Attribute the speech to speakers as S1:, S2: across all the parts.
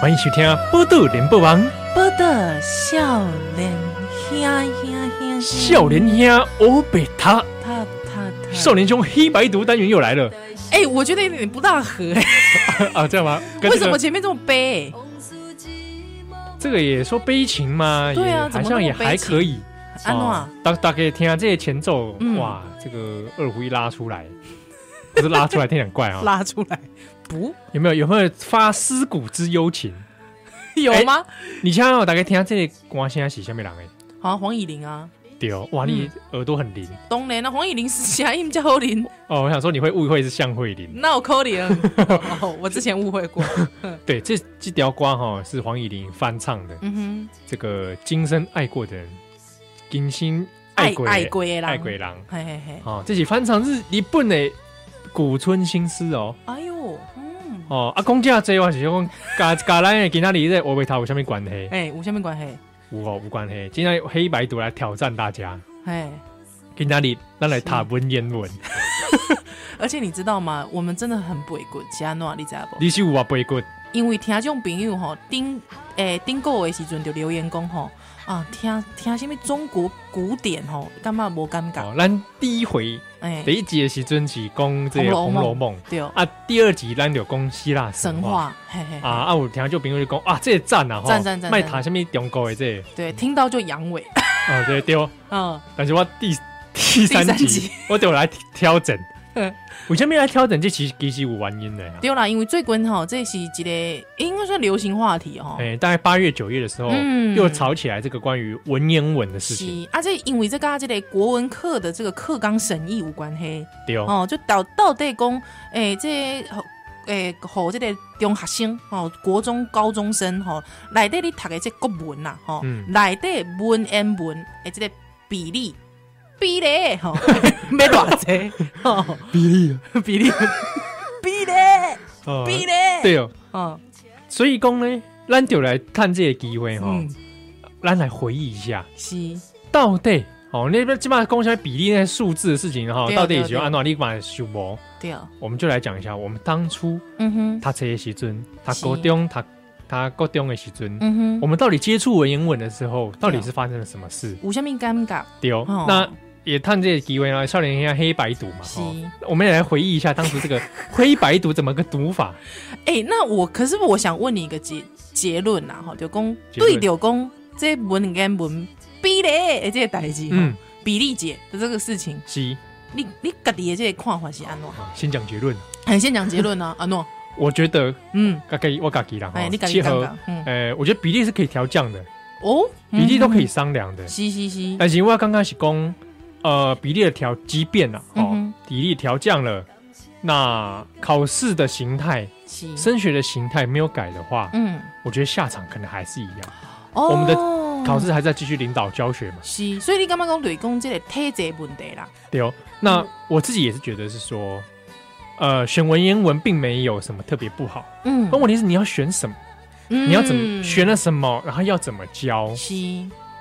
S1: 欢迎收听《波多联播网》
S2: 报道少年兄兄兄，
S1: 少年兄欧贝塔
S2: 他他他
S1: 少年兄黑白读单元又来了
S2: 哎、我觉得有点不大合哎、
S1: 啊，这样吗？跟
S2: 为
S1: 这
S2: 什么
S1: 个哦
S2: 前面这么悲、
S1: 这个也说悲情吗？
S2: 对啊
S1: 也好
S2: 怎么那么
S1: 像也还
S2: 悲情
S1: 可以。
S2: 安诺啊
S1: 哦，大大概听下这些前奏，
S2: 嗯
S1: 哇，这个二胡一拉出来， 不是拉出来，听起来很怪啊、
S2: 拉出来？不，
S1: 有没有有没有发思古之幽情？
S2: 有吗？
S1: 你想想，大概听下这歌声是什么人诶？
S2: 好像黄以玲啊，
S1: 对哦，哇，你耳朵很灵、
S2: 当然啊，黄以玲是啥音叫侯林？
S1: 哦。我想说你会误会是向慧玲，
S2: 那我扣脸。哦，我之前 误会过。
S1: 对，这这条歌哈、是黄以玲翻唱的，
S2: 嗯
S1: 这个今生爱过的人，今生爱
S2: 哼，
S1: 过
S2: 爱爱
S1: 爱
S2: 过啦，
S1: 爱鬼。郎
S2: 嘿嘿嘿，
S1: 哦，这是翻唱日日本的古村新诗哦。
S2: 哎呦，嗯，
S1: 哦，啊，讲这这我是讲，甲 甲咱的今仔日这我为头有啥物关系？
S2: 哎、有啥物关系？
S1: 有哦，有关系。今仔黑白读来挑战大家，
S2: 哎，
S1: 今仔日咱来讨论言文。
S2: 而且你知道吗？我们真的很背过加诺，你知道不？
S1: 你是有啊背骨？
S2: 因为听众朋友吼，顶诶顶个月时阵就留言讲吼，啊，听听什么中国古典吼，感觉无感觉？
S1: 哦，咱第一回
S2: 哎、
S1: 第一集的时阵是讲这个《
S2: 红
S1: 红
S2: 楼
S1: 楼梦》
S2: 对，
S1: 啊，第二集咱就讲希腊
S2: 神
S1: 神话
S2: 话，嘿嘿，
S1: 啊啊，有听就朋友就讲啊，这个赞啊，吼
S2: 赞赞赞
S1: 卖谈什么中国的这个
S2: 对，听到就阳痿，
S1: 啊，对对。
S2: 嗯，
S1: 但是我第第三
S2: 第三
S1: 集
S2: 集
S1: 我就来调 整
S2: 嗯，
S1: 为什么来调整？这其实其实有原因的啊。
S2: 对啦，因为最近吼，这是一个应该算流行话题吼。
S1: 哎、大概八月、九月的时候，
S2: 嗯
S1: 哦又吵起来这个关于文言文的事情，
S2: 是啊，这因为这跟这个国文课的这个课纲审议有关系
S1: 对哦，
S2: 哦，就到到底讲，诶、这诶，和、这个中学生哦，国中高中生吼，内底你读的这国文呐、啊，吼、
S1: 嗯
S2: 内底文言文诶，这个比例比例吼，没偌济，吼
S1: 比例啊
S2: 比例比例
S1: 哦
S2: 比例，
S1: 对哦，
S2: 哦，
S1: 所以讲呢，咱就来看这个机会哈、哦
S2: 嗯，，
S1: 咱来回忆一下，
S2: 是。
S1: 到底哦，那边起码讲一下比例那些数字的事情哈、哦，
S2: 对哦
S1: 到底
S2: 对哦
S1: 是按哪里把数目，
S2: 对啊，
S1: 我们就来讲一下，我们当初
S2: 嗯哼，
S1: 他这些时阵，他
S2: 是
S1: 高中，他他高中的时阵，
S2: 嗯
S1: 我
S2: 哼，
S1: 们到底接触文言文的时候，到底是发生了什么事？
S2: 有啥物感觉？
S1: 丢、
S2: 哦
S1: 那也探这个机会啊，少年黑黑白读嘛，
S2: 是
S1: 哦，我们也来回忆一下当初这个黑白读怎么个读 法。
S2: 哎、那我可是我想问你一个结结论啦，吼，就讲
S1: 结论
S2: 对就讲这文言文比例的这个代志，嗯
S1: 嗯，
S2: 比例姐的这个事情，
S1: 是，
S2: 你你家己的这个看法是安怎？
S1: 好先讲结论。
S2: 哎，先讲结论啊， 安怎？
S1: 我觉得
S2: 嗯，
S1: 大概我嘎给啦，
S2: 哎、
S1: 哦
S2: 你家己
S1: 契
S2: 感
S1: 合
S2: 觉，，嗯，
S1: 呃，我觉得比例是可以调降的，
S2: 哦，
S1: 比例都可以哎
S2: 嗯，
S1: 商量的。
S2: 是是是，
S1: 但是我刚刚是讲，呃，比例的调，即便啊，哦，
S2: 嗯哼，
S1: 比例调降了，那考试的形态、
S2: 嗯是，
S1: 升学的形态没有改的话，
S2: 嗯，
S1: 我觉得下场可能还是一样。
S2: 哦，
S1: 我们的考。试还在继续领导教学嘛？
S2: 是，所以你感觉讲对讲这个体制问题啦，
S1: 对哦。那我自己也是觉得是说，呃，选文言文并没有什么特别不好，
S2: 嗯
S1: 但问题是你要选什么，
S2: 你
S1: 你要怎么选了什么，然后要怎么教，
S2: 是，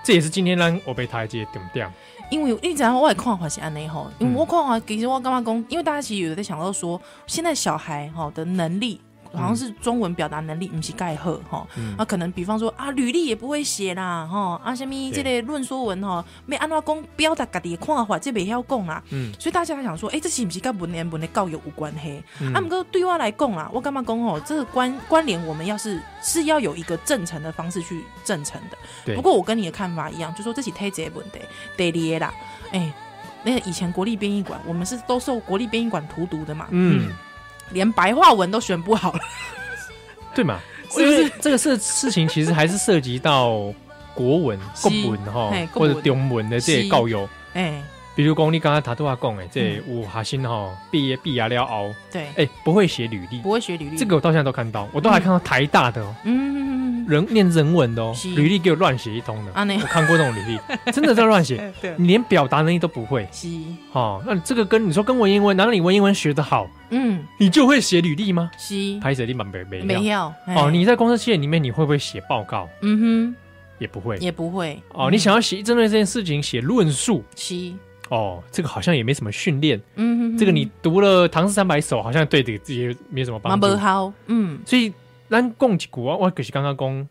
S1: 这也是今天让我被台阶顶掉。
S2: 因为你知道我的看法是安尼吼，因为我看法其实我感觉讲，因为大家其实有在想到说，现在小孩吼的能力。好像是中文表达能力不是盖好吼，
S1: 嗯
S2: 啊，可能比方说啊，履历也不会写啦吼，啊，什么这类论说文吼，没安怎讲表达家己的看法，这袂晓讲啦，
S1: 嗯
S2: 所以大家想说，哎、这是不是跟文言文的教育有关系？
S1: 嗯
S2: 啊，不过对我来讲啊，我干嘛讲哦？这个关关联，我们要是是要有一个正诚的方式去正诚的。
S1: 对
S2: 不过我跟你的看法一样，就说这起太这问题得列啦。哎、那个以前国立编译馆，我们是都受国立编译馆荼毒的嘛。
S1: 嗯，
S2: 连白话文都选不好了。
S1: 对嘛？
S2: 是
S1: 因
S2: 不是
S1: 为这个事事情其实还是涉及到国文、
S2: 是
S1: 国文哈
S2: 嘿，国
S1: 或
S2: 文
S1: 者中文的这些教育。
S2: 哎、
S1: 比如讲，你刚刚塔多话讲的，这
S2: 嗯
S1: 有学生哈毕业毕业了后，
S2: 对，
S1: 哎，不会写履历，
S2: 不会学履历。
S1: 嗯这个我到现在都看到，我都还看到台大的、哦
S2: 嗯，嗯，嗯嗯
S1: 人念人文的哦，
S2: 是
S1: 履历给我乱写一通的，
S2: 啊那
S1: 我看过那种履历， 真的在乱写，
S2: 哎对，
S1: 你连表达能力都不会
S2: 是，
S1: 哦。那这个跟你说跟文言文，难道你文言文学得好，
S2: 嗯
S1: 你就会写履历吗？
S2: 是，
S1: 拍写立马没没料
S2: 嗯没有。哎
S1: 哦，你在公司企业里面你会不会写报告？
S2: 嗯
S1: 也不会
S2: 哼，也不会。
S1: 哦。你
S2: 嗯
S1: 想要写针对这件事情写论述
S2: 是，
S1: 哦，这个好像也没什么训练，
S2: 嗯哼，
S1: 这个你读了《唐诗三百首》，好像对这个自己也没什么帮
S2: 蛮不
S1: 助，
S2: 好，嗯
S1: 所以咱讲一句，啊我我就是刚刚讲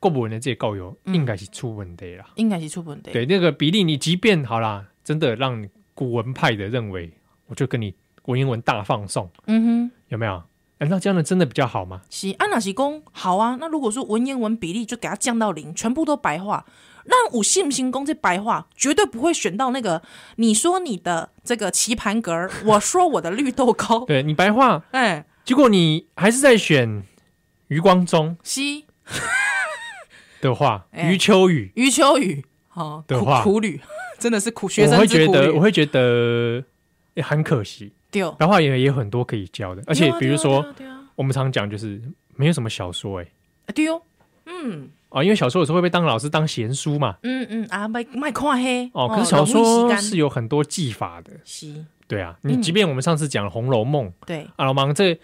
S1: 国文的这个教育
S2: 嗯
S1: 应该是出问题啦。
S2: 应该是出问题。
S1: 对，那个比例，你即便好啦，真的让古文派的认为，我就跟你文言文大放送，
S2: 嗯哼，
S1: 有没有？难道这样的真的比较好吗？
S2: 是安娜是公好啊。那如果说文言文比例就给它降到零，全部都白话，那我信不信公这白话绝对不会选到那个你说你的这个棋盘格儿，我说我的绿豆 糕，
S1: 对你白话，
S2: 哎，
S1: 结果你还是在选余光中
S2: 西
S1: 的话，
S2: 哎
S1: 余秋雨，
S2: 余秋雨，好
S1: 的
S2: 苦
S1: 话
S2: 苦旅，真的是苦学
S1: 我
S2: 生
S1: 会
S2: 之
S1: 觉
S2: 苦
S1: 得，我
S2: 旅。
S1: 会觉得、哎很可惜。
S2: 丢，
S1: 白话也也有很多可以教的，而且
S2: 对啊
S1: 比如说，，
S2: 对啊
S1: 我们常讲就是没有什么小说、哎
S2: 丢，对啊嗯
S1: 啊，因为小说有时候会被当老师当闲书嘛。
S2: 嗯嗯啊，卖卖看黑
S1: 哦，可是小说是
S2: 有
S1: 有很多技法的，
S2: 是，
S1: 对啊，你
S2: 嗯
S1: 即便我们上次讲《红楼梦》，
S2: 对，
S1: 啊，老王这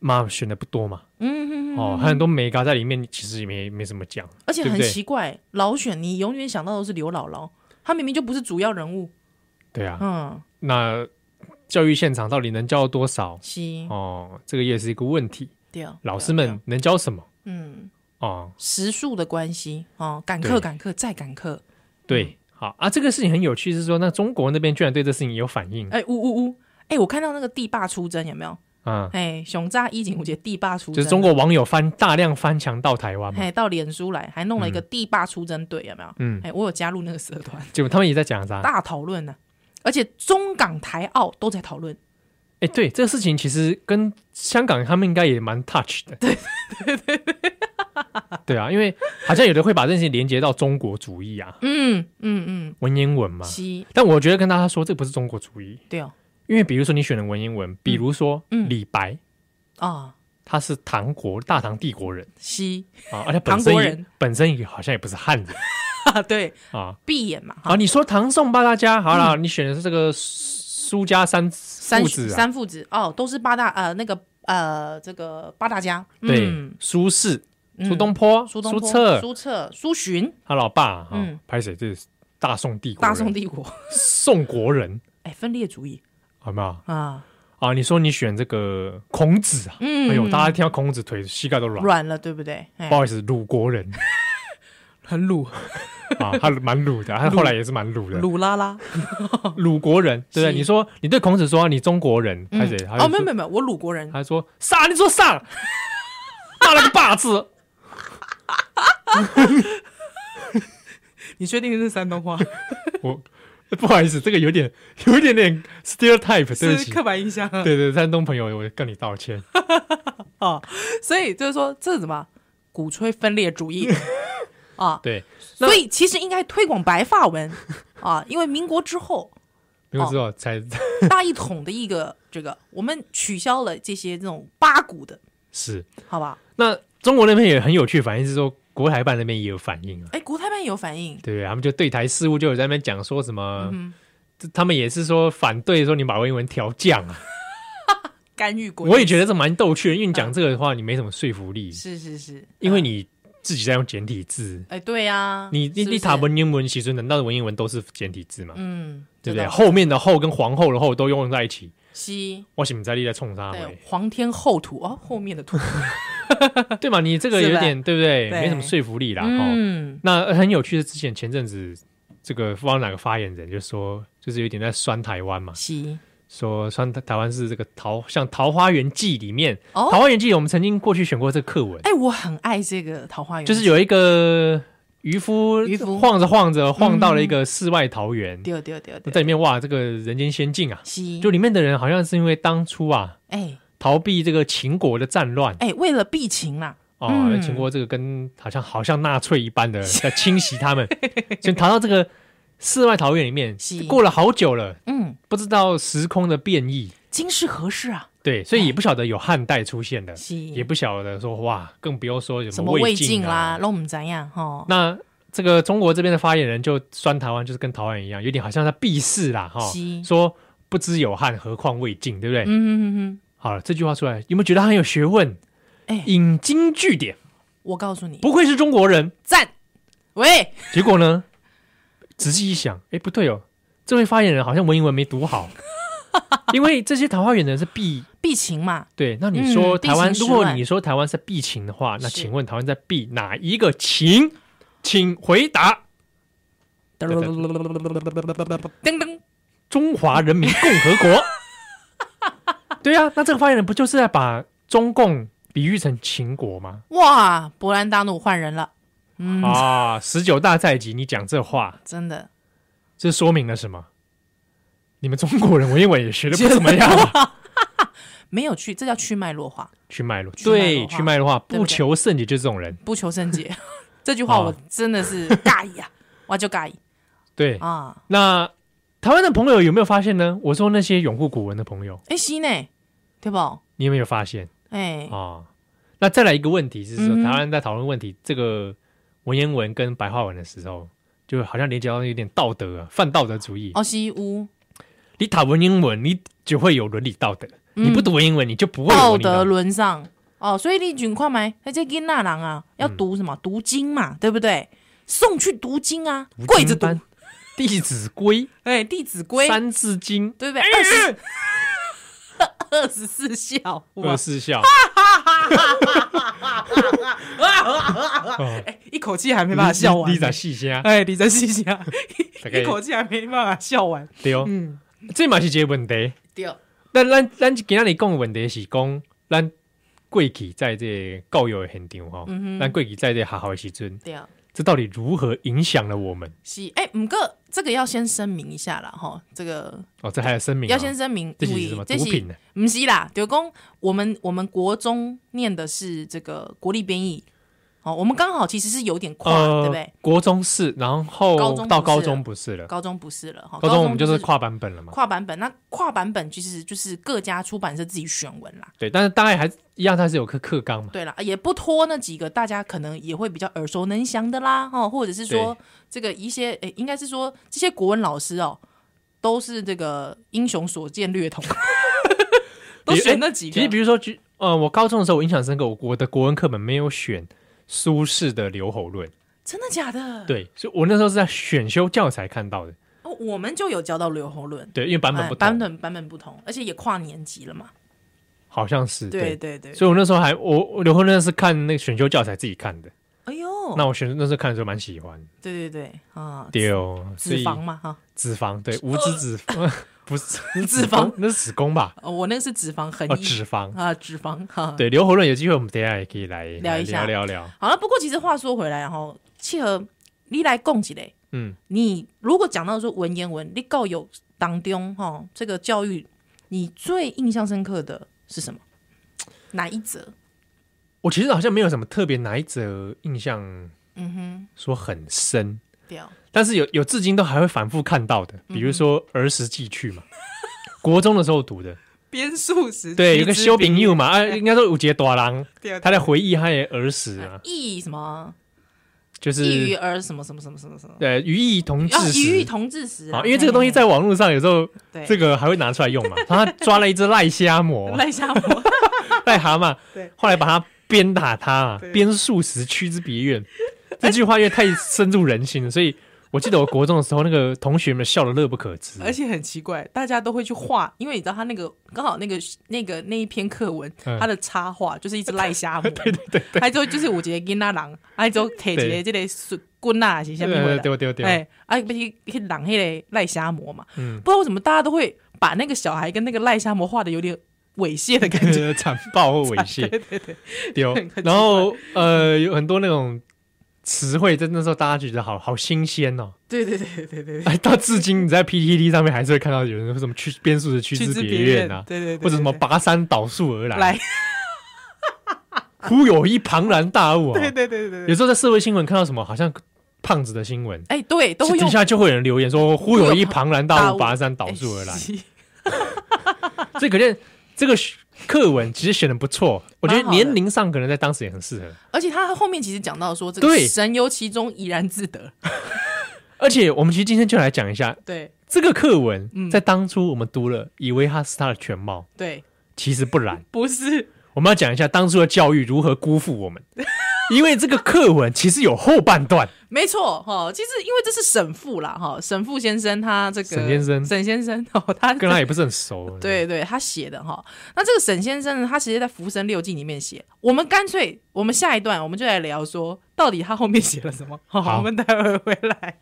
S1: 嘛选的不多嘛，
S2: 嗯嗯
S1: 哦，还有很多美嘎在里面，其实也没没什么讲，
S2: 而且
S1: 对不
S2: 很
S1: 对
S2: 奇怪，老选你永远想到的是刘姥姥，她明明就不是主要人物。
S1: 对啊，
S2: 嗯，
S1: 那教育现场到底能教多少？
S2: 是，
S1: 哦，这个也是一个问题，
S2: 啊对，啊
S1: 老师
S2: 对
S1: 们，能教什么？
S2: 对嗯，
S1: 哦，
S2: 时数的关系，哦，赶
S1: 对
S2: 课赶课再赶课，嗯
S1: 对，好啊，这个事情很有趣，是说那中国那边居然对这事情也有反应，
S2: 哎，呜呜呜，哎，我看到那个地霸出征有没有？
S1: 啊，
S2: 哎，熊炸一景五节地霸出征，
S1: 就是中国网友翻大量翻墙到台湾嘛，
S2: 嗯嘿，到脸书来，还弄了一个地霸出征队，有没有？
S1: 嗯，啊
S2: 哎，我有加入那个社团，
S1: 结果他们也在讲啥？
S2: 大讨论呢，而且中港台澳都在讨论，
S1: 哎，对，这个事情其实跟香港他们应该也蛮 touch 的。对对对对，对啊，因为好像有的会把这件事情连接到中国主义啊，
S2: 嗯嗯
S1: 文言文嘛
S2: 嗯，。西
S1: 但我觉得跟大家说，这不是中国主义，
S2: 对哦，
S1: 因为比如说你选的文言文，比如说
S2: 嗯
S1: 李白，
S2: 啊，
S1: 他是唐国大唐帝国人
S2: 西
S1: 啊，而且本身
S2: 唐国
S1: 也
S2: 人
S1: 本身也好像也不是汉人
S2: 啊，对，
S1: 啊。
S2: 闭眼嘛，
S1: 好，你说唐宋八大家，好啦，你选的是这个苏家三
S2: 嗯三
S1: 父子啊，
S2: 三父子哦，都是八大呃那个呃这个八大家，
S1: 对
S2: 嗯，
S1: 苏轼、苏
S2: 嗯
S1: 东坡、苏
S2: 苏东坡、
S1: 辙、
S2: 苏辙、苏洵，
S1: 他老爸
S2: 嗯
S1: 嗯，拍谁？这是大宋帝国人，
S2: 大宋帝国，
S1: 宋国人，
S2: 哎，分裂主义
S1: 好没有
S2: 啊，
S1: 啊？你说你选这个孔子啊？
S2: 嗯，
S1: 哎呦，大家听到孔子腿膝盖都软，
S2: 软了，对不对？哎
S1: 不，好意思，鲁国 人
S2: 很鲁
S1: 啊，他蛮鲁的，他后来也是蛮鲁的，
S2: 鲁拉拉，
S1: 鲁国人，对不对？
S2: 是
S1: 你说你对孔子说你中国人，
S2: 嗯
S1: 拍谁？他就
S2: 哦，没有
S1: 说
S2: 没有没有，我鲁国 人，
S1: 他说傻，你说 傻，大了个霸字，
S2: 你确定是山东话？
S1: 我 不好意思，这个有点有一点点 stereotype，对不起，
S2: 板印象啊
S1: 对对，山东朋友，我跟你道 歉。
S2: 哦，所以就是说这是什么鼓吹分裂主 义啊，
S1: 对，那
S2: 所以其实应该推广白发文啊，因为民国之后
S1: 没
S2: 哦
S1: 有之后才
S2: 大一统的一个这个，我们取消了这些这种八股的，
S1: 是
S2: 好吧？
S1: 那中国那边也很有趣，反应是说国台办那边也有反应啊，
S2: 哎，国台办也有反应，
S1: 对不对？他们就对台事务就有在那边讲说什么，
S2: 嗯哼，
S1: 这他们也是说反对说你把文言文调降啊。
S2: 干预国内，嗯
S1: 我也觉得这蛮逗趣的，因为你讲这个的话，你没什么说服力，
S2: 是是是，
S1: 因为
S2: 嗯
S1: 你自己在用简体字，
S2: 哎，对呀，
S1: 你
S2: 是
S1: 你
S2: 不
S1: 你
S2: 是
S1: 打，文言文其实难道文言文都是简体字嘛？
S2: 嗯，
S1: 对不对？
S2: 这倒
S1: 后面的后跟皇后的后都用在一起，
S2: 西
S1: 我想在力在冲杀
S2: 对
S1: 回，
S2: 皇天后土哦，后面的土，
S1: 对嘛？你这个
S2: 是
S1: 有
S2: 吧
S1: 点对不对？
S2: 对
S1: 没什么说服力啦，哦。
S2: 嗯，
S1: 那很有趣的，之前前阵子这个不知道哪个发言人就说，就是有点在酸台湾嘛，
S2: 西
S1: 说酸台湾是这个桃像《桃花源记》里面，
S2: 哦
S1: 桃花源记》我们曾经过去选过这个课文，
S2: 哎，我很爱这个桃花源，
S1: 就是有一个渔夫
S2: 渔夫
S1: 晃着晃着晃到了一个世外桃源，
S2: 对对对
S1: 在
S2: 对，
S1: 里面哇，这个人间仙境啊！
S2: 西
S1: 就里面的人好像是因为当初啊
S2: 哎
S1: 逃避这个秦国的战乱
S2: 哎，为了避秦啦，
S1: 哦，
S2: 嗯
S1: 秦国这个跟好像好像纳粹一 般的在侵袭他们，所以逃到这个世外桃源里面
S2: 是，
S1: 过了好久了，
S2: 嗯，
S1: 不知道时空的变异，
S2: 今是何世啊？
S1: 对，所以也不晓得有汉代出现的，
S2: 是
S1: 也不晓得说哇，更不用说有
S2: 什
S1: 什
S2: 么
S1: 么
S2: 魏
S1: 晋
S2: 晋啦，
S1: 啊。
S2: 都唔怎样哈？
S1: 那这个中国这边的发言人就酸台湾，就是跟台湾一样，有点好像在避世啦，哈
S2: 是，
S1: 说不知有汉，何况魏晋，对不对？
S2: 嗯嗯嗯
S1: 好了，这句话出来，有没有觉得他很有学问？
S2: 哎
S1: 引经据典，
S2: 我告诉你，
S1: 不愧是中国人。
S2: 赞！喂，
S1: 结果呢， 仔细一想，哎，不对哦，这位发言人好像文言文没读好，因为这些桃花源的人是避
S2: 避情嘛，
S1: 对。那你说
S2: 嗯
S1: 台湾，
S2: 避情
S1: 如
S2: 之
S1: 果
S2: 乱
S1: 你说台湾是避情的话，那
S2: 是
S1: 请问台湾在避哪一个情？请回答：
S2: 噔
S1: 对
S2: 噔，
S1: 中华人民共和 国。对啊，那这个发言人不就是在把中共比喻成秦国吗？
S2: 哇，勃兰达努换人了，嗯，
S1: 啊，十九大在即，你讲这话，
S2: 真的，
S1: 这说明了什么？你们中国人文言文也学的不怎么样啊。
S2: 没有去，这叫去脉弱化，
S1: 去脉络，
S2: 去脉
S1: 对，
S2: 络化
S1: 去脉络化，
S2: 对
S1: 不
S2: 不对
S1: 求甚解就是这种人。
S2: 不求甚解。 这句话
S1: 啊
S2: 我真的是尬意啊， 我就尬意
S1: 对，
S2: 啊，
S1: 那台湾的朋友有没有发现呢？我说那些拥护古文的朋友，
S2: 哎，是呢，对不？
S1: 你有没有发现
S2: 哎，
S1: 啊？那再来一个问题，就是说
S2: 嗯哼
S1: 台湾在讨论问题，这个文言文跟白话文的时候，就好像连接到有点道德啊，犯道德主义。
S2: 哦，西屋
S1: 你打文言文，你就会有伦理道德；
S2: 嗯
S1: 你不读文言文，你就不会有
S2: 道
S1: 伦理
S2: 德
S1: 道德。
S2: 沦丧哦，所以你尽快买，那这囡那郎
S1: 嗯
S2: 啊，要读什么？读经嘛，对不对？送去读经啊，跪着读，
S1: 《 弟子规》
S2: 哎，《弟子规》
S1: 《三哎字经》
S2: 对不对？二十二十四孝，
S1: 二
S2: 哇，
S1: 十四孝。哦
S2: 哎，一口气还没
S1: 你
S2: 办法笑完
S1: 你，哎咋细些啊？
S2: 哎，你再细 一下，
S1: 大概
S2: 一口气还没办法笑完，
S1: 对哦，
S2: 嗯，
S1: 这嘛是一个问题。
S2: 对，
S1: 咱咱咱今仔日讲的问题是讲咱过去在这个教育的现场吼，
S2: 嗯哼
S1: 咱过去在这个学校的时阵，
S2: 对。啊
S1: 这到底如何影响了我们？
S2: 是，哎、五个这个要先声明一下啦，哈，这个
S1: 哦，这还有声明、哦，
S2: 要先声明，
S1: 这
S2: 因
S1: 是
S2: 为
S1: 什么
S2: 这
S1: 毒品呢？
S2: 不是啦，就讲我们我们国中念的是这个国立编译，哦，我们刚好其实是有点跨，
S1: 呃
S2: 对不对？？
S1: 国中是，然
S2: 高
S1: 后
S2: 中
S1: 到
S2: 不是
S1: 高中不是了，
S2: 高中不是了，哈，
S1: 高中我们就是
S2: 跨
S1: 跨版本了嘛。
S2: 跨版本，那跨版本其实就是各家出版社自己选文啦，
S1: 对，但是大概还是一样，它是有课课纲嘛。
S2: 对啦，也不拖那几个大家可能也会比较耳熟能详的啦，哦，或者是说这个一些，诶、应该是说这些国文老师哦，都是这个英雄所见略同， 都
S1: 比
S2: 选
S1: 哎
S2: 那几个，
S1: 其实比如说，举呃，我高中的时候我印象深刻，我我的国文课本没有选苏轼的《留侯论》，
S2: 真的假的？，
S1: 对，所以我那时候是在选修教材看到的。
S2: 哦，我们就有教到刘侯论。
S1: 对，因为版本
S2: 哎
S1: 不同，
S2: 版本版本不同，而且也跨年级了嘛。
S1: 好像是
S2: 对对对，
S1: 所以我那时候还我我刘婚那是看那个选修教材自己看的，
S2: 哎呦，
S1: 那我选那时候看的时候蛮喜欢。
S2: 对对对啊，
S1: 对哦，所
S2: 脂
S1: 以
S2: 肪嘛哈，
S1: 脂肪对无脂脂肪 不是
S2: 脂肪，
S1: 那是子宫吧？
S2: 哦我那个是脂肪很
S1: 哦，脂肪。
S2: 啊，脂肪哈。
S1: 对，留侯论有机会我们等一下也可以来
S2: 聊一下
S1: 来聊聊聊。
S2: 好了，不过其实话说回来，然后契合你来供给嘞，
S1: 嗯，
S2: 你如果讲到说文言文，你告有当中哈，这个教育你最印象深刻的是什么？哪一则？
S1: 我其实好像没有什么特别哪一则印象
S2: 嗯哼，
S1: 说很深，
S2: 对啊，
S1: 但是有有至今都还会反复看到
S2: 嗯
S1: 的，比如说儿时记趣嘛， 国中的时候读 的，
S2: 边数时
S1: 对，有个修饼友嘛，啊，应该说五杰大郎，
S2: 对啊
S1: 他在回忆他的儿时啊，
S2: 异什么
S1: 就
S2: 异于
S1: 是
S2: 儿什么什么什么什么什么。
S1: 呃，语义同
S2: 啊，
S1: 志
S2: 鱼与
S1: 时
S2: 同志时
S1: 啊，因为这个东西在网络上有时候
S2: 对
S1: 这个还会拿出来用 嘛。他抓了一只癞虾蟆、
S2: 赖下我，
S1: 癞蛤蟆
S2: 对，
S1: 后来把它鞭打它啊，
S2: 对
S1: 鞭数十，驱之别院。这句话因为太深入人心了，所以我记得我国中的时候，那个同学们笑得乐不可支。
S2: 而且很奇怪，大家都会去画，因为你知道他那个刚好那个那个那一篇课文，
S1: 嗯
S2: 他的插画就是一只 赖虾蟆，对对对对，还有就是有一个囡仔人，还有摕一
S1: 对
S2: 个这个水棍啊，是下面
S1: 对
S2: 回来，
S1: 对对对，
S2: 哎，啊，不是去人迄个赖虾蟆嘛，
S1: 嗯
S2: 不知道为什么大家都会把那个小孩跟那个赖虾蟆画的有点猥亵的感觉，
S1: 对惨暴或猥亵，
S2: 对对对，
S1: 丢
S2: 很奇。怪
S1: 然后呃，有很多那种词汇，在那时候大家觉得好好新鲜哦。
S2: 对对对对对对，
S1: 哎，到至今你在 PTT 上面还是会看到有人说什么去边数的去
S2: 去
S1: 之
S2: 之
S1: 别
S2: 别
S1: 院
S2: 院
S1: 啊，
S2: 对对对对
S1: 或者什么啊拔山倒树而来，
S2: 来，
S1: 忽有一庞然大物啊。
S2: 对对对对
S1: 有
S2: 对，
S1: 时候在社会新闻看到什么好像胖子的新闻，
S2: 哎，对，都会
S1: 底
S2: 用
S1: 下就会有人留言说忽有一庞然大
S2: 大
S1: 物
S2: 物
S1: 拔山倒树而来
S2: 哎，是
S1: 所以可见这个选课文其实选的不错，我觉
S2: 蛮
S1: 得
S2: 好的
S1: 年龄上可能在当时也很适合。
S2: 而且他后面其实讲到说，这个
S1: 对
S2: 神游其中怡然自得，
S1: 而且我们其实今天就来讲一下
S2: 对
S1: 这个课文，
S2: 嗯
S1: 在当初我们读了，以为它是它的全貌，
S2: 对，
S1: 其实不然。
S2: 不是
S1: 我们要讲一下当初的教育如何辜负我们。因为这个课文其实有后半段，
S2: 没错哈、哦。其实因为这是沈复啦哈、沈复先生他这个
S1: 沈先生
S2: 沈先生 哦，他
S1: 跟他也不是很熟。
S2: 对对，他写的哈、那这个沈先生呢，他直接在《浮生六记》里面写。我们干脆，我们下一段我们就来聊说，到底他后面写了什么？好，
S1: 好
S2: 我们待会儿回来。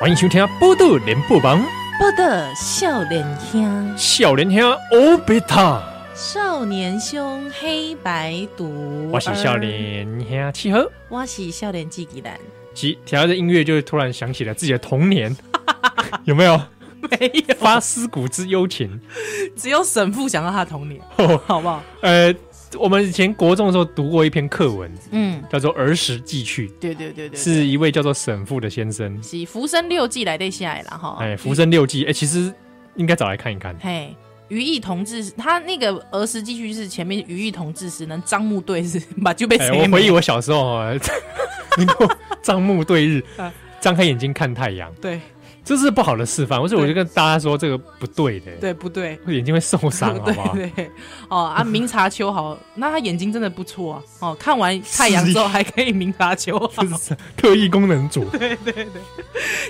S1: 欢迎收听《波豆连播榜》，
S2: 不得笑脸香，
S1: 笑脸兄欧贝塔，
S2: 少年兄黑白毒。
S1: 我是笑，脸兄七和。
S2: 我是笑脸纪吉兰。
S1: 其听到这音乐，就突然想起了自己的童年， 有没有？
S2: 没有，
S1: 发思古之幽情。
S2: 只有沈复想到他的童年，好不好？
S1: 呃，我们以前国中的时候读过一篇课文，
S2: 嗯，
S1: 叫做《儿时寄去
S2: 对对对对》，对
S1: 是一位叫做沈复的先生。
S2: 是《浮生六记》来对下来了哈。
S1: 哎，《浮生六记》哎，其实应该找来看一看。
S2: 嘿，于毅同志，他那个儿时记叙是前面于毅同志时，能张目对视，把就被
S1: 哎，
S2: 谁
S1: 我回忆我小时候哦， 能够张目对 日，
S2: 啊
S1: 张开眼睛看太阳，
S2: 对
S1: 这是不好的示范。所以我就跟大家说，这个不对的，
S2: 对不对？
S1: 眼睛会受 伤，好不好？
S2: 对对哦啊，明察秋毫，那他眼睛真的不错啊。哦，看完太阳之后还可以明察秋毫，
S1: 就是特异功能组，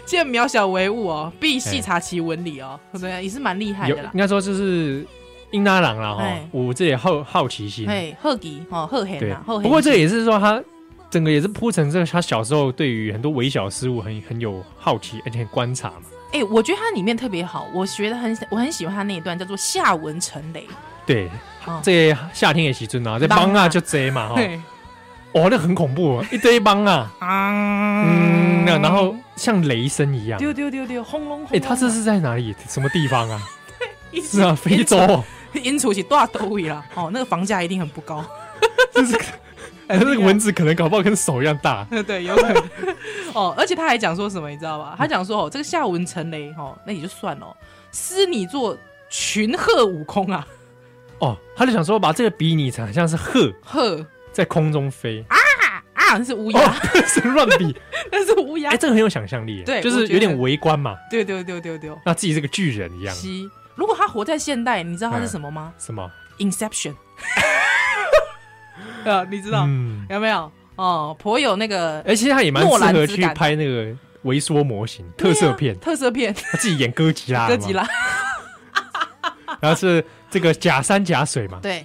S2: 见渺小唯物哦，必细察其文理哦，对，也是蛮厉害
S1: 有
S2: 的啦
S1: 应。该说就是英拉郎啦哈
S2: 哎，
S1: 我这也好好奇心，
S2: 嘿，贺吉哦，贺黑
S1: 对
S2: 啦，贺，黑。
S1: 不过这也是说他整个也是铺陈这个他小时候对于很多微小事物很很有好奇，而且很观察嘛。
S2: 哎、我觉得它里面特别好，我觉得很我很喜欢它那一段叫做下文成雷，
S1: 对
S2: 哦，
S1: 这夏天的时阵啊，这帮
S2: 蠓
S1: 啊
S2: 啊
S1: 就这嘛哈，
S2: 对
S1: 哇，那很恐怖，哦，一堆帮啊，
S2: 啊，
S1: 嗯，那然后像雷声一样。
S2: 丢丢丢丢，轰隆轰隆，
S1: 哎，他这是在哪里？什么地方啊？
S2: 一直
S1: 是啊，非洲哦，
S2: 因出去大兜位啦，哦，那个房价一定很不高，
S1: 哎那个蚊子可能搞不好跟手一样大。
S2: 对，有可能 哦，而且他还讲说什么，你知道吧？他讲说哦，这个下文成雷哦，那也就算了哦，师你做群鹤舞空啊，
S1: 哦，他就想说把这个比拟成像是鹤
S2: 鹤
S1: 在空中飞，
S2: 啊，那是乌鸦，
S1: 哦， 是乱比。
S2: 那是乌鸦
S1: 哎，，这个很有想象力耶，
S2: 对
S1: 就是有点围观嘛，
S2: 对对对对对，
S1: 那自己是个巨人一样，
S2: 西。如果他活在现代，你知道
S1: 嗯
S2: 他是什么吗
S1: 什么？
S2: ？Inception，啊，你知道、
S1: 嗯，
S2: 有没有？哦，颇有那个
S1: 而哎且他也蛮
S2: 诺
S1: 适
S2: 兰
S1: 合
S2: 之
S1: 去
S2: 感
S1: 拍那个微缩模型特色片，
S2: 啊特色片，
S1: 他自己演哥吉 拉，
S2: 哥吉，拉，
S1: 然后是这个假山假水嘛，
S2: 对，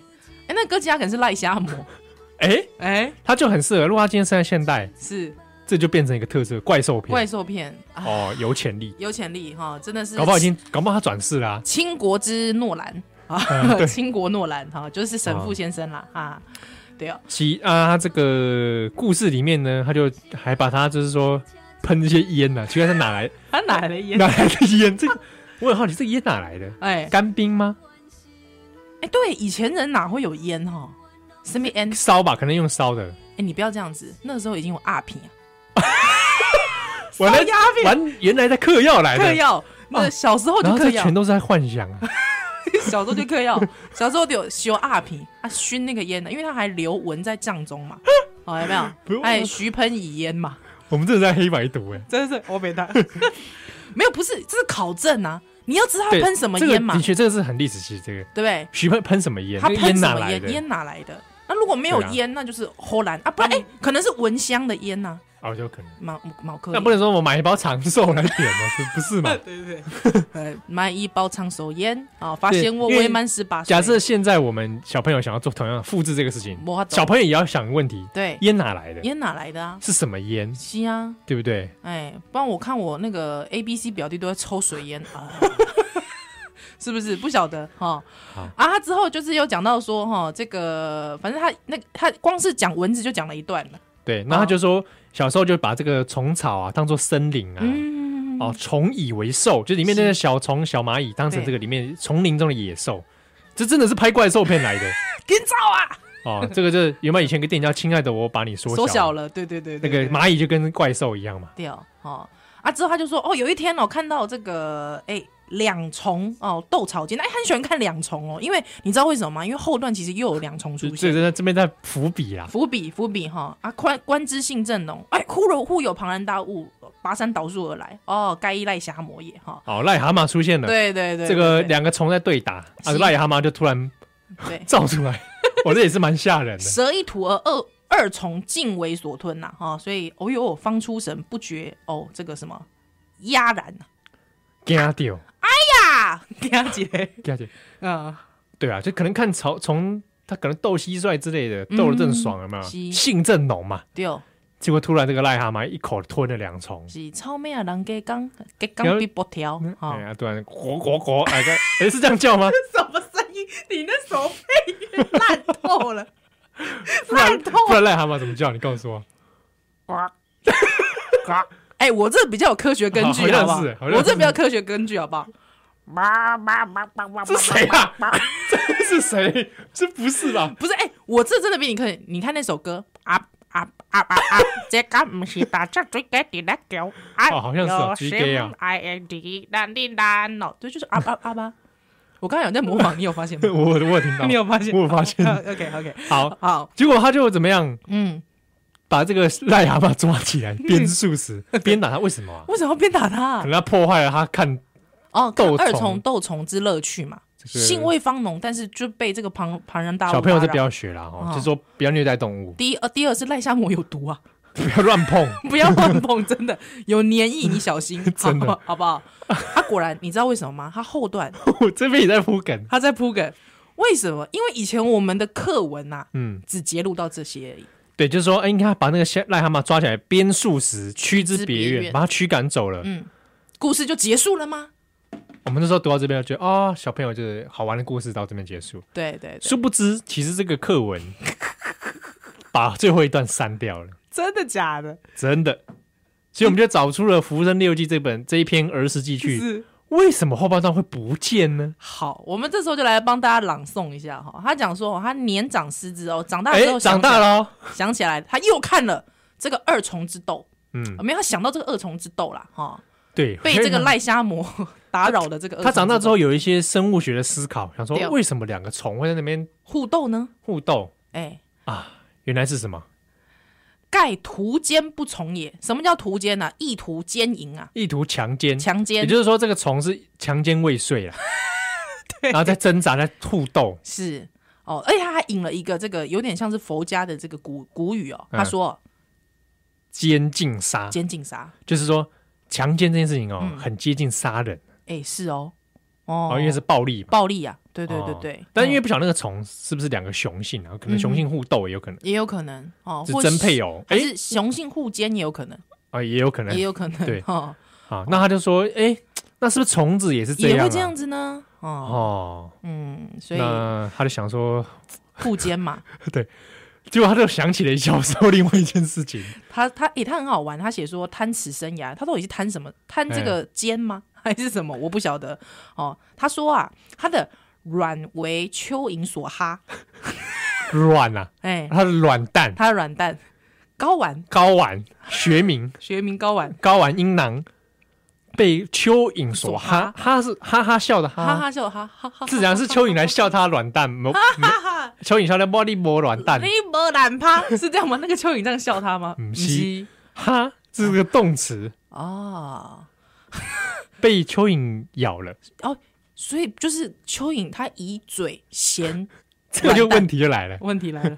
S2: 哎、那哥吉拉可能是赖瞎魔，
S1: 哎，
S2: 哎、
S1: 他就很适合。如果他今天生在现代，
S2: 是
S1: 这就变成一个特色怪兽
S2: 怪
S1: 片，
S2: 兽片啊，
S1: 哦，有潜力，
S2: 有潜力哈，真的是
S1: 搞不好已经搞不好他转世啦，
S2: 倾国之诺兰
S1: 嗯
S2: 啊，
S1: 对
S2: 倾国诺兰哈，就是神父先生啦啊，对哦，
S1: 其啊，他这个故事里面呢，他就还把他就是说喷这些烟呢、啊，奇怪他哪 来
S2: 他哪来的烟
S1: 哪？来的烟？这个我很好奇，这个烟哪来的？
S2: 哎
S1: 干冰吗？
S2: 哎，对，以前人哪会有烟哈？什么烟？
S1: 烧吧，可能用烧的。
S2: 哎，你不要这样子，那时候已经有鸦片啊，
S1: 我来
S2: 鸦片
S1: 玩，原来在嗑药来
S2: 嗑
S1: 的，
S2: 药，那
S1: 啊
S2: 小时哦候就
S1: 然后
S2: 嗑
S1: 这
S2: 药
S1: 全，都是在幻想啊。
S2: 小时候就嗑药，小时候就有修鸦片，啊，熏那个烟的，因为他还留纹在帐 中嘛，哦，有没
S1: 不
S2: 有？
S1: 用
S2: 哎，徐喷乙烟嘛。
S1: 我们这是在黑白读哎，
S2: 真是我没他， 没有，不是，这是考证啊！你要知道他
S1: 对
S2: 喷什么
S1: 这
S2: 烟
S1: 个
S2: 嘛，
S1: 的确，这个是很历史系。这个
S2: 对不对？
S1: 徐喷喷什么烟？
S2: 他
S1: 那个
S2: 喷什
S1: 哪
S2: 么
S1: 来
S2: 烟？
S1: 的？
S2: 烟哪来的？那如果没有
S1: 对啊嗯
S2: 烟，那就是荷兰啊，不然哎、可能是蚊香的烟呐、
S1: 哦，有可能。
S2: 毛毛科。
S1: 那不能说我买一包长寿来点吗？是不是嘛？
S2: 对对对，呃，买一包长手烟啊，发现我
S1: 因为
S2: 未满十八岁。
S1: 假设现在我们小朋友想要做同样的复制这个事情，
S2: 没法懂
S1: 小朋友也要想问题：
S2: 对
S1: 烟哪来的？
S2: 烟哪来的啊？
S1: 是什么烟？
S2: 吸啊，
S1: 对不对？
S2: 哎，不然我看我那个 A、B、C 表弟都在抽水 烟啊，是不是？不晓得哈。
S1: 好
S2: 啊，他之后就是有讲到说哈，这个反正他那个他光是讲蚊子就讲了一段了。
S1: 对，那他就说小时候就把这个虫草啊当做森林啊，
S2: 嗯，
S1: 哦，虫蚁为兽，就里面那些
S2: 是
S1: 小虫、小蚂蚁当成这个里面丛林中的野兽，这真的是拍怪兽片来的
S2: 跟照啊，
S1: 哦。这个就是有没有以前个电影叫《亲爱的我把你缩
S2: 缩小
S1: 了
S2: 了，对对对，
S1: 那
S2: 对
S1: 个
S2: 对
S1: 蚂蚁就跟怪兽一样嘛，
S2: 掉哦。啊，之后他就说哦，有一天哦，看到这个哎。两重哦，斗草间，哎，很喜欢看两重哦，因为你知道为什么吗？因为后段其实又有两重出
S1: 就
S2: 现，
S1: 这这这边在伏笔啦。
S2: 伏笔伏笔哈啊，观观之性正浓，哎，忽有忽有庞然大物，拔山倒树而来。哦，该依赖侠魔也哈。
S1: 哦，癞蛤蟆出现了，
S2: 对对对，
S1: 这个
S2: 对
S1: 两个虫在对打，啊，
S2: 是
S1: 癞蛤蟆就突然
S2: 对
S1: 照出来，我这也是蛮吓人的。
S2: 蛇一吐而二二虫尽为所吞呐、哈、所以哦呦，方出神不觉哦，这个什么压然呐、
S1: 惊掉，
S2: 啊，给他姐，
S1: 惊掉，
S2: 嗯，
S1: 对 啊，就可能看曹从他可能斗蟋蟀之类的，斗得正爽了啊嘛，
S2: 嗯是
S1: 性正浓嘛，
S2: 对，
S1: 结果突然这个癞蛤蟆一口吞了两虫，
S2: 是草莓啊，人家讲，给
S1: 然
S2: 讲
S1: 后
S2: 比不条哈
S1: 哎。呀，突然活活活， 哎，这哎是这样叫 吗？
S2: 什么声音？你那手背也烂透了，
S1: 不然
S2: 烂透
S1: 不然癞蛤蟆怎么叫？你告诉 我，
S2: 呱呱！哎，我这比较有科学根据，好
S1: 好
S2: 不
S1: 好
S2: 好
S1: 像是好像？是
S2: 我这比较有科学根据，好不好？
S1: 这谁啊？ 这是谁？这不是吧？
S2: 不是，哎，我这真的比你科学。你看那首歌啊。啊啊啊啊！ 这个不是大家最该的那个啊，
S1: 哦好像是哦追给啊
S2: ，I N D 难的难 哦，对，就是啊啊啊吧。我刚才有在模仿，你有发现吗？
S1: 我我有听到，
S2: 你有发现？
S1: 我有发 现。
S2: OK OK，
S1: 好，
S2: 好，
S1: 结果他就怎么样？
S2: 嗯，
S1: 把这个癞蛤蟆抓起来，鞭数 十，鞭打他，为什么啊？
S2: 为什么要鞭打他 啊
S1: 可？能他破坏了他看
S2: 哦，
S1: 斗
S2: 看二
S1: 虫
S2: 重斗虫之乐趣嘛，
S1: 这个
S2: 兴味方浓，但是就被这个旁旁人大物
S1: 小朋友就不
S2: 打扰。
S1: 要学啦，哦，
S2: 哦
S1: 就说不要虐待动物，
S2: 第一，呃，第二是赖虾魔有毒啊，
S1: 不要乱碰。
S2: 不要乱碰，真的有粘液，你小心，好
S1: 真的
S2: 好不好？他果然，你知道为什么吗？他后 段
S1: 我这边也在铺梗，
S2: 他在铺梗，为什么？因为以前我们的课文呐、啊
S1: 嗯，
S2: 只截录到这些而已，
S1: 对，就是说，哎，你看他把那个虾癞蛤蟆抓起来，鞭数十，驱之
S2: 之
S1: 别
S2: 别
S1: 院，
S2: 院嗯
S1: 把它驱赶走了。
S2: 故事就结束了吗？
S1: 我们那时候读到这边，就觉得哦，小朋友就是好玩的故事到这边结束。
S2: 对对对，
S1: 殊不知，其实这个课文 把最后一段删掉了，
S2: 真的假的？
S1: 真的。所以我们就找出了《浮生六记》这本这一篇儿时记去，
S2: 是
S1: 为什么后半段会不见呢？
S2: 好，我们这时候就来帮大家朗诵一下哈。他讲说，他年长失智哦，长大
S1: 哎
S2: 之后、，
S1: 长大
S2: 了。
S1: 了哦，
S2: 想起来，他又看了这个二重之斗，
S1: 嗯，
S2: 没有他想到这个二重之斗啦，哈，
S1: 对，
S2: 被
S1: 所以
S2: 这个
S1: 呢
S2: 赖虾魔打扰的这个二重
S1: 他长大之
S2: 斗
S1: 后有一些生物学的思考，想说
S2: 对哦
S1: 为什么两个虫会在那边
S2: 互斗呢，
S1: 互斗？
S2: 哎，
S1: 原来是什么？
S2: 盖图奸不从也。什么叫图奸呢、啊？意图奸淫啊，
S1: 意图强奸，
S2: 强
S1: 嗯也
S2: 奸
S1: 就是说这个虫是强奸未遂 啦，然后在挣扎，在互斗。
S2: 是哦，而且他还引了一个这个有点像是佛家的这个古古语哦，
S1: 嗯
S2: 他说
S1: 监禁杀，
S2: 奸禁杀，
S1: 就是说强奸这件事情哦，
S2: 嗯
S1: 很接近杀人，
S2: 哎，是哦，哦
S1: 哦，，因为是暴力嘛。
S2: 暴力啊，对对对
S1: 哦
S2: 对，
S1: 但因为
S2: 嗯
S1: 不晓得那个虫是不是两个雄性啊，可能雄性互斗也有可能，
S2: 也有可能嗯哦，
S1: 是
S2: 或
S1: 真
S2: 是
S1: 配偶，
S2: 还
S1: 哎
S2: 是雄性互奸也有可能，
S1: 啊也有可能
S2: 也有可能，
S1: 对
S2: 哦，
S1: 啊。那他就说，哎，那是不是虫子也是这
S2: 也
S1: 样
S2: 会这
S1: 啊？
S2: 样子呢，哦。
S1: 哦，
S2: 嗯，所以
S1: 那他就想说，
S2: 互奸嘛，
S1: 结果他就想起了小时候另外一件事情，
S2: 他他诶、他很好玩。他写说贪此生涯，他到底是贪什么？贪这个
S1: 哎
S2: 奸吗？ 还是什么？我不晓得哦。他说啊，他的卵为蚯蚓所哈，
S1: 卵啊，
S2: 哎、
S1: 他的卵蛋、
S2: 他的卵蛋睾丸，
S1: 睾丸学名
S2: 学名睾丸，
S1: 睾丸阴囊被蚯蚓所哈，哈是哈哈笑的
S2: 哈
S1: 哈，
S2: 哈笑哈哈哈，
S1: 自然是蚯蚓来笑他卵蛋，没没蚯蚓笑他玻璃摸卵蛋
S2: 你，没卵趴是这样吗？那个蚯蚓这样笑他吗？
S1: 嗯
S2: 不
S1: 是哈这是个动词，
S2: 哦
S1: 被蚯蚓咬了，
S2: 哦，所以就是蚯蚓它以嘴衔，
S1: 这个就 问题就来了，
S2: 问题来 了，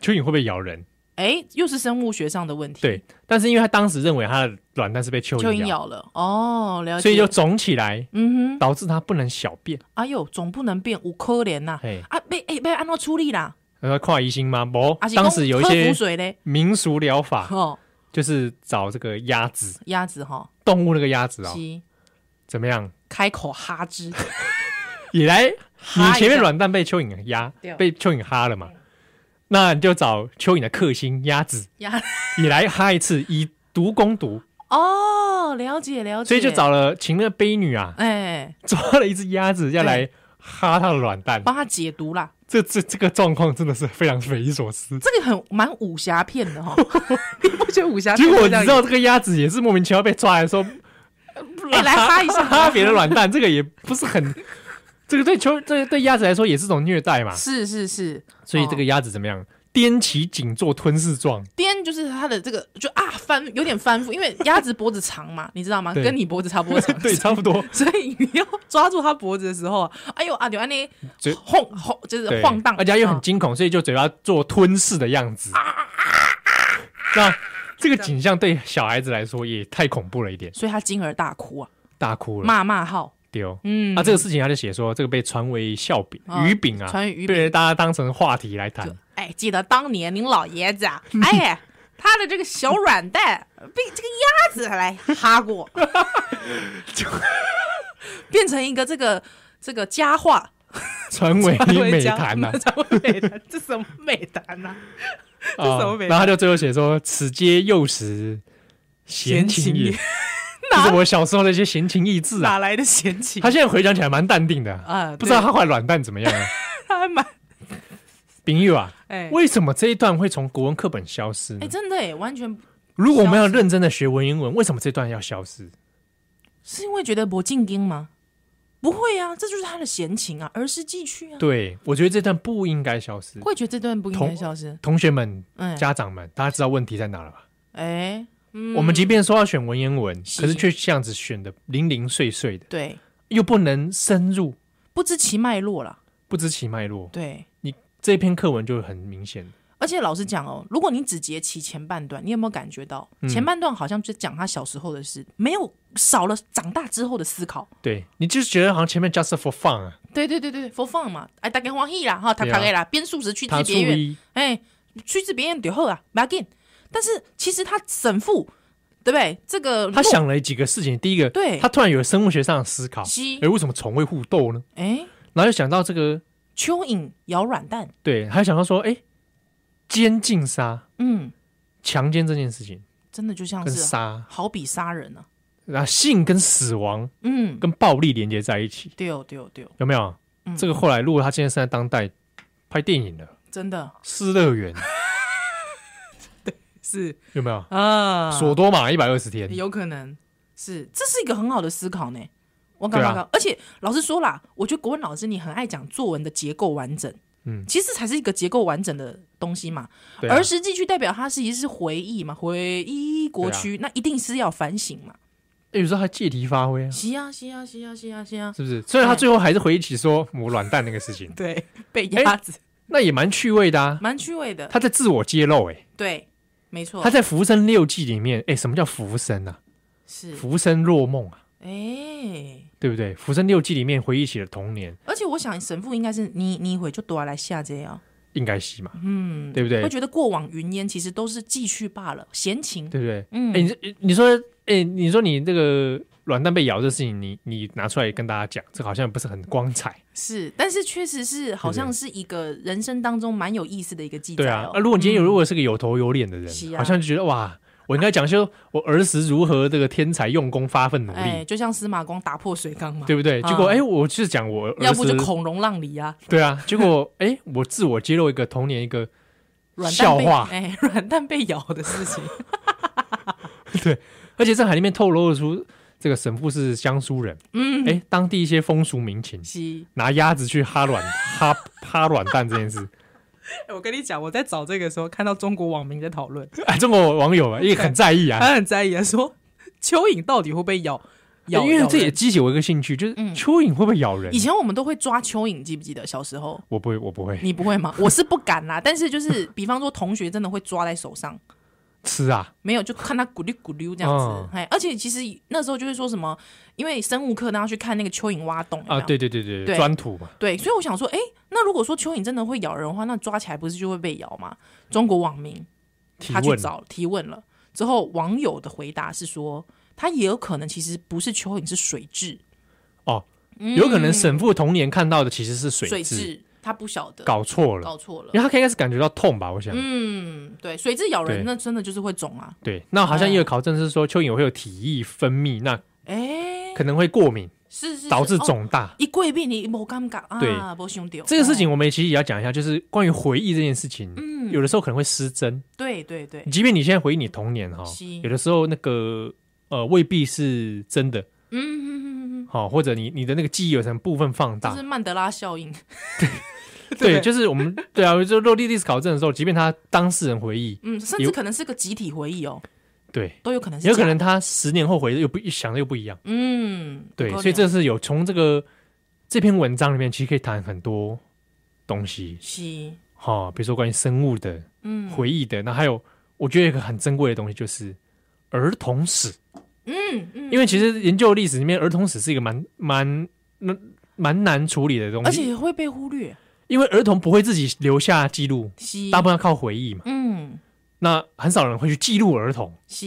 S1: 蚯蚓会不会咬人？
S2: 哎、又是生物学上的问题。
S1: 对，但是因为他当时认为他的卵蛋是被蚯
S2: 蚯
S1: 蚓
S2: 蚓
S1: 咬，
S2: 咬了哦，了解。
S1: 所以就肿起来，
S2: 嗯哼，
S1: 导致他不能小便，
S2: 哎呦，总不能变五可怜呐、
S1: 嘿。
S2: 啊，被哎被按照处理啦，
S1: 他说跨疑心吗？不
S2: 啊，是
S1: 当时有一
S2: 讲喝
S1: 些啊
S2: 符水嘞，
S1: 民俗疗法，
S2: 哦，
S1: 就是找这个鸭子，
S2: 鸭子哈，
S1: 动物那个鸭子哦，
S2: 鸡
S1: 怎么样？
S2: 开口哈汁，
S1: 也来，你
S2: 哈一下
S1: 前面卵蛋被蚯蚓压
S2: 对，
S1: 被蚯蚓哈了嘛？那你就找蚯蚓的克星鸭子，
S2: 鸭
S1: 也来哈一次，以毒攻 毒，
S2: 哦，了解了解，
S1: 所以就找了请那个悲女 啊，
S2: 哎
S1: 抓了一只鸭子要来哈它的卵蛋，
S2: 帮他解毒啦，
S1: 这这这个状况真的是非常匪夷所思。
S2: 这个很蛮武侠片 的哈，你不觉得武侠片
S1: 结
S2: 会
S1: 果
S2: 这
S1: 你
S2: 样
S1: 知道这个鸭子也是莫名其妙被抓来说，
S2: 哎来哈一下
S1: 哈别的卵蛋， 这个也不是很， 这个对球，这个对鸭子来说也是种虐待嘛。
S2: 是是是，
S1: 所以这个
S2: 哦
S1: 鸭子怎么样？踮起颈做吞噬状，
S2: 颠就是它的这个就啊翻有点翻覆，因为鸭子脖子长嘛，你知道吗？
S1: 对
S2: 跟你脖子差不多长，
S1: 对，差不多，
S2: 所以你要抓住它脖子的时候啊，哎呦啊，就安尼
S1: 嘴
S2: 晃晃就是
S1: 对
S2: 晃荡，
S1: 而且它又很
S2: 啊
S1: 惊恐，所以就嘴巴做吞噬的样子。
S2: 啊
S1: 那这个景象对小孩子来说也太恐怖了一点，
S2: 所以他惊而大哭啊，
S1: 大哭了，
S2: 骂骂号，
S1: 丢。
S2: 嗯，
S1: 啊，这个事情他就写说，这个被传为笑柄、
S2: 啊
S1: 鱼饼啊，
S2: 传为鱼饼
S1: 被大家当成话题来谈
S2: 就。哎，记得当年您老爷 子啊，哎，他的这个小软蛋被这个鸭子来哈 过，变成一个这个这个佳话，
S1: 传为美谈啊呐、
S2: 这什么美谈？这什么美 谈呐？
S1: 啊，
S2: 什么美谈
S1: 然后他就最后写说：“此皆幼时闲情也，
S2: 闲情也
S1: 这是我小时候的一些闲情逸致啊。
S2: 哪来的闲” 情
S1: 他？现在回想起来蛮淡定的
S2: 啊
S1: 不知道他后来软蛋怎么样啊。
S2: 他还 蛮
S1: 丙友啊，
S2: 哎
S1: 为什么这一段会从国文课本消失呢
S2: 哎，？真的哎，完全
S1: 如果我们要认真的学文言文，为什么这段要消失？
S2: 是因为觉得不进京吗？不会啊，这就是他的闲情啊，儿时寄去啊。
S1: 对，我觉得这段不应该消失。
S2: 会觉得这段不应该
S1: 同
S2: 消失。
S1: 同学们、
S2: 嗯，
S1: 家长们，大家知道问题在哪了吧？
S2: 哎，嗯，
S1: 我们即便说要选文言文，
S2: 是
S1: 可是却这样子选的零零碎碎的，
S2: 对
S1: 又不能深入，
S2: 不知其脉络啦，
S1: 不知其脉络。
S2: 对。
S1: 这篇课文就很明显，
S2: 而且老实讲哦，如果你只截其前半段，你有没有感觉到、
S1: 嗯
S2: 前半段好像就讲他小时候的事，没有少了长大之后的思考？
S1: 对你就是觉得好像前面 just for fun 啊，
S2: 对对对对，佛放嘛，哎，大家欢喜啦，哈，他
S1: 对
S2: 他
S1: 啊
S2: 啦，编素食去之
S1: 他初
S2: 别院，
S1: 一
S2: 哎，去之别院就好啊，不要紧。但是其实他神父，对不对？这个
S1: 他
S2: 洛
S1: 想了几个事情，第一个，
S2: 对
S1: 他突然有了生物学上的思考，
S2: 西
S1: 哎，为什么虫会互斗呢？
S2: 哎，
S1: 然后就想到这个，
S2: 蚯蚓咬软蛋，
S1: 对，还想到说，哎，监禁杀、
S2: 嗯，
S1: 强奸这件事情
S2: 真的就像
S1: 跟
S2: 哦是啊
S1: 杀，
S2: 好比杀人啊，
S1: 然后性跟死亡
S2: 嗯，
S1: 跟暴力连接在一起，
S2: 对哦对哦对哦，
S1: 有没有？
S2: 嗯
S1: 这个后来如果他现在是在当代拍电影了，《
S2: 真的
S1: 失乐 园》
S2: 是
S1: 有没有？
S2: 啊，
S1: 索多玛一百二十天，
S2: 有可能是，这是一个很好的思考呢。我刚刚、
S1: 对啊
S2: 而且老实说啦，我觉得国文老师你很爱讲作文的结构完整，
S1: 嗯
S2: 其实才是一个结构完整的东西嘛。
S1: 对啊
S2: 儿时记去代表它其实是回忆嘛，回忆国区，
S1: 啊
S2: 那一定是要反省嘛。
S1: 哎有时候还借题发挥啊，
S2: 是啊，是啊，是啊，是啊，是啊，
S1: 是不是？虽然他最后还是回忆起说我软蛋那个事情，
S2: 对， 被鸭子，
S1: 那也蛮趣味的啊。
S2: 蛮趣味的，
S1: 哎他在自我揭露、哎，
S2: 对，没错
S1: 他，在《浮生六记》里面，哎、什么叫浮生啊？
S2: 是，
S1: 浮生若梦啊，
S2: 哎、
S1: 对不对？《浮生六记》里面回忆起了童年，
S2: 而且我想神父应该是你，你一会就多来下这样，
S1: 应该是嘛，嗯，对不对
S2: 会？觉得过往云烟其实都是记叙罢了，闲情，
S1: 对不对？
S2: 嗯
S1: 哎、你这你说，哎、你说你这个软蛋被咬这事情，你你拿出来跟大家讲，这好像不是很光彩，
S2: 是，但是确实是好像是一个人生当中蛮有意思的一个记载、
S1: 对
S2: 哦。
S1: 啊。啊，如果你今天有如果是个有头有脸的人，
S2: 是啊
S1: 好像就觉得哇，我应该讲说我儿时如何这个天才用功发奋努力，
S2: 哎，就像司马光打破水缸嘛，
S1: 对不对？
S2: 啊
S1: 结果哎、我就是讲我儿时，
S2: 要不就孔融让梨啊，
S1: 对啊，结果哎、我自我揭露一个童年一个
S2: 软
S1: 笑
S2: 蛋被
S1: 话，
S2: 哎，软蛋被咬的事 情，
S1: 而且在海里面透露出这个神父是江苏人，嗯，哎、当地一些风俗民情，
S2: 是。
S1: 拿鸭子去哈卵 哈哈卵蛋这件事，
S2: 哎我跟你讲，我在找这个时候看到中国网民在讨论，
S1: 哎，中国网友啊也很在意啊，
S2: 他很在意啊，说蚯蚓到底会不会咬咬？
S1: 因为
S2: 咬
S1: 这也
S2: 人嗯
S1: 激起我一个兴趣，就是蚯蚓会不会咬人
S2: 以？前我们都会抓蚯蚓，记不记得小时候？
S1: 我不会，我不会
S2: 你不会吗？我是不敢啦，但是就是比方说同学真的会抓在手上。
S1: 吃啊，
S2: 没有，就看他咕溜咕溜这样子
S1: 嗯。
S2: 哎、而且其实那时候就是说什么，因为生物课大家去看那个蚯蚓挖洞有没有
S1: 啊，对对对对，
S2: 对
S1: 砖土嘛，
S2: 对，所以我想说，哎、那如果说蚯蚓真的会咬人的话，那抓起来不是就会被咬吗？中国网民
S1: 提
S2: 他去
S1: 问
S2: 找提问了之后，网友的回答是说，他也有可能其实不是蚯蚓，是水蛭，嗯
S1: 哦，有可能沈父童年看到的其实是水
S2: 水
S1: 蛭，
S2: 蛭他不晓得
S1: 搞错了。
S2: 搞错了
S1: 因。为他应该是感觉到痛吧，我想。
S2: 嗯，对，水蛭咬
S1: 对
S2: 人那真的就是会肿啊。
S1: 对，那好像也有考证是说，蚯蚓会有体液分泌，那
S2: 哎、
S1: 可能会过敏，
S2: 是是是
S1: 导致
S2: 哦
S1: 肿大。
S2: 一贵病你没尴尬啊，
S1: 对
S2: 不兄弟。
S1: 这个事
S2: 哦
S1: 情我们其实也要讲一下，就是关于回忆这件事情，有的时候可能会失真。
S2: 对对嗯对，
S1: 即便你现在回忆你童年哈
S2: 是，
S1: 有的时候那个呃未必是真的，
S2: 嗯，
S1: 好，或者你你的那个记忆有什么部分放
S2: 这是
S1: 大，
S2: 曼德拉效应，
S1: 对，就是我们对啊，就落地历史考证的时候，即便他当事人回忆，
S2: 嗯，甚
S1: 有
S2: 至可能是个集体回忆哦，
S1: 对，
S2: 都有可能是
S1: 也有可
S2: 假的
S1: 能他十年后回忆又不想的又不一样，
S2: 嗯，
S1: 对，
S2: 不够
S1: 所以
S2: 了
S1: 这是有从这个这篇文章里面，其实可以谈很多东西
S2: 是
S1: 哈、比如说关于生物的、
S2: 嗯
S1: 回忆的，那还有我觉得有一个很珍贵的东西就是儿童史，
S2: 嗯嗯，
S1: 因为其实研究历史里面，儿童史是一个蛮蛮蛮蛮难处理的东西，
S2: 而且会被忽略，
S1: 因为儿童不会自己留下记录，
S2: 是
S1: 大部分要靠回忆嘛，
S2: 嗯
S1: 那很少人会去记录儿童
S2: 是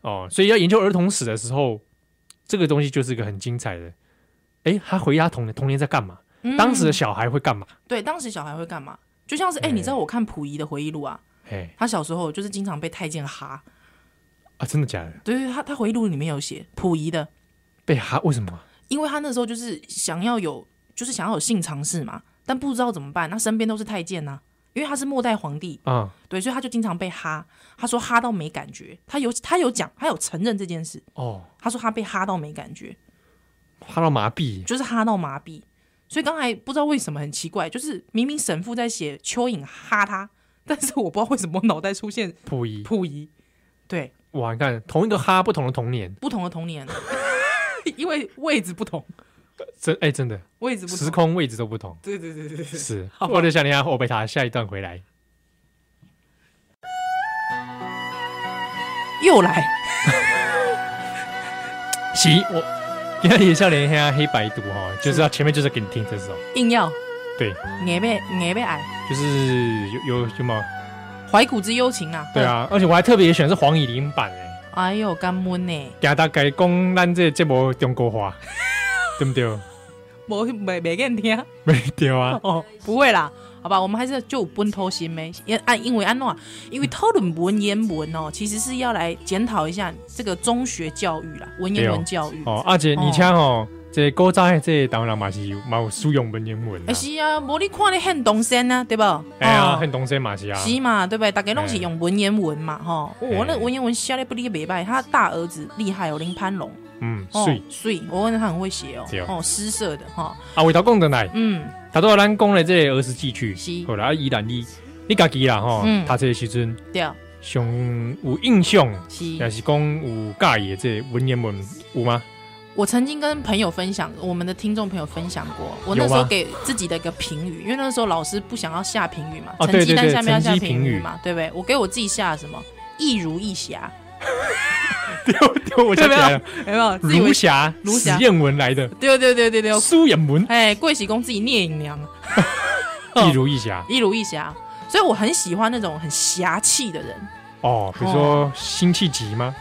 S1: 哦，所以要研究儿童史的时候，这个东西就是一个很精彩的。诶，他回忆他童年童年在干嘛？
S2: 嗯
S1: 当时的小孩会干嘛？
S2: 对当时小孩会干嘛？就像是哎、
S1: 哎
S2: 你知道我看溥仪的回忆录啊，
S1: 哎
S2: 他小时候就是经常被太监哈，
S1: 啊，真的假的？
S2: 对对，他他回忆录里面有写溥仪的，
S1: 被哈？为什么啊？
S2: 因为他那时候就是想要有，就是想要有性尝试嘛，但不知道怎么办，他身边都是太监呐、因为他是末代皇帝，
S1: 啊、
S2: 对，所以他就经常被哈。他说哈到没感觉，他有他有讲，他有承认这件事。
S1: 哦，
S2: 他说他被哈到没感觉，
S1: 哈到麻痹
S2: 就是哈到麻痹。所以刚才不知道为什么很奇怪，就是明明神父在写蚯蚓哈他，但是我不知道为什么我脑袋出现
S1: 溥仪
S2: 溥仪，对，
S1: 哇！你看同一个哈，不同的童年，
S2: 不同的童年，因为位置不同，
S1: 真哎、真的
S2: 位置不同，
S1: 时，空位置都不同。
S2: 对对对对对，
S1: 是，我的想你啊，我贝塔下一段回来。
S2: 又来。
S1: 是我今天的笑脸黑黑白读哈，就是要前面就是给你听这首，
S2: 硬要
S1: 对，
S2: 硬被硬被矮，
S1: 就是有有有吗？
S2: 怀古之幽情啊！
S1: 对，啊，而且我还特别选的是黄以玲版诶，
S2: 哎呦，干闷呢，
S1: 给大家讲咱这个节目中国话， 对不对？
S2: 我没没给你听
S1: 没对啊，
S2: 哦，不会啦，好吧，我们还是就有本偷心呗。因按因为安诺，因为讨论文言文哦，其实是要来检讨一下这个中学教育啦，
S1: 哦
S2: 文言文教育。
S1: 哦，阿姐，而且哦，这古早的这台湾人嘛是有嘛有使用文言文
S2: 哎
S1: 啊，
S2: 是啊，无你看你很动身啊，对不？
S1: 哎呀，
S2: 哦
S1: 很东西嘛是啊，
S2: 是嘛，对不对？大家拢是
S1: 哎
S2: 用文言文嘛，吼、哦我、
S1: 哎
S2: 那文言文写的不离袂歹，他大儿子厉害哦，林攀龙，
S1: 嗯，
S2: 哦
S1: 水，
S2: 水，我问他很会写哦
S1: 对，
S2: 哦，诗社的哈、哦，
S1: 啊，回头讲的来，
S2: 嗯，
S1: 头拄咱讲的这个儿时记趣
S2: 是，
S1: 好啦，啊依然你你家己啦吼
S2: 嗯，
S1: 读册的时阵
S2: 对。
S1: 上有印象。也
S2: 是
S1: 是讲有介意的这文言文有 吗？
S2: 我曾经跟朋友分享，我们的听众朋友分享过，我
S1: 有
S2: 那
S1: 吗
S2: 时候给自己的一个评语，因为那时候老师不想要下评语嘛，
S1: 哦
S2: 成绩
S1: 对对
S2: 单
S1: 对
S2: 下面要下
S1: 成绩评
S2: 评
S1: 语
S2: 语嘛，对不对？我给我自己下什么一如一侠，
S1: 对，我想起来了，
S2: 有没有？自以
S1: 儒
S2: 为
S1: 侠
S2: 儒侠
S1: 实验文来的
S2: 对对对对对，
S1: 苏言文，
S2: 哎，桂喜公自己聂隐娘， 哦
S1: 一如一侠
S2: 一如一侠，所以我很喜欢那种很侠气的人，
S1: 哦。比如说辛弃疾吗？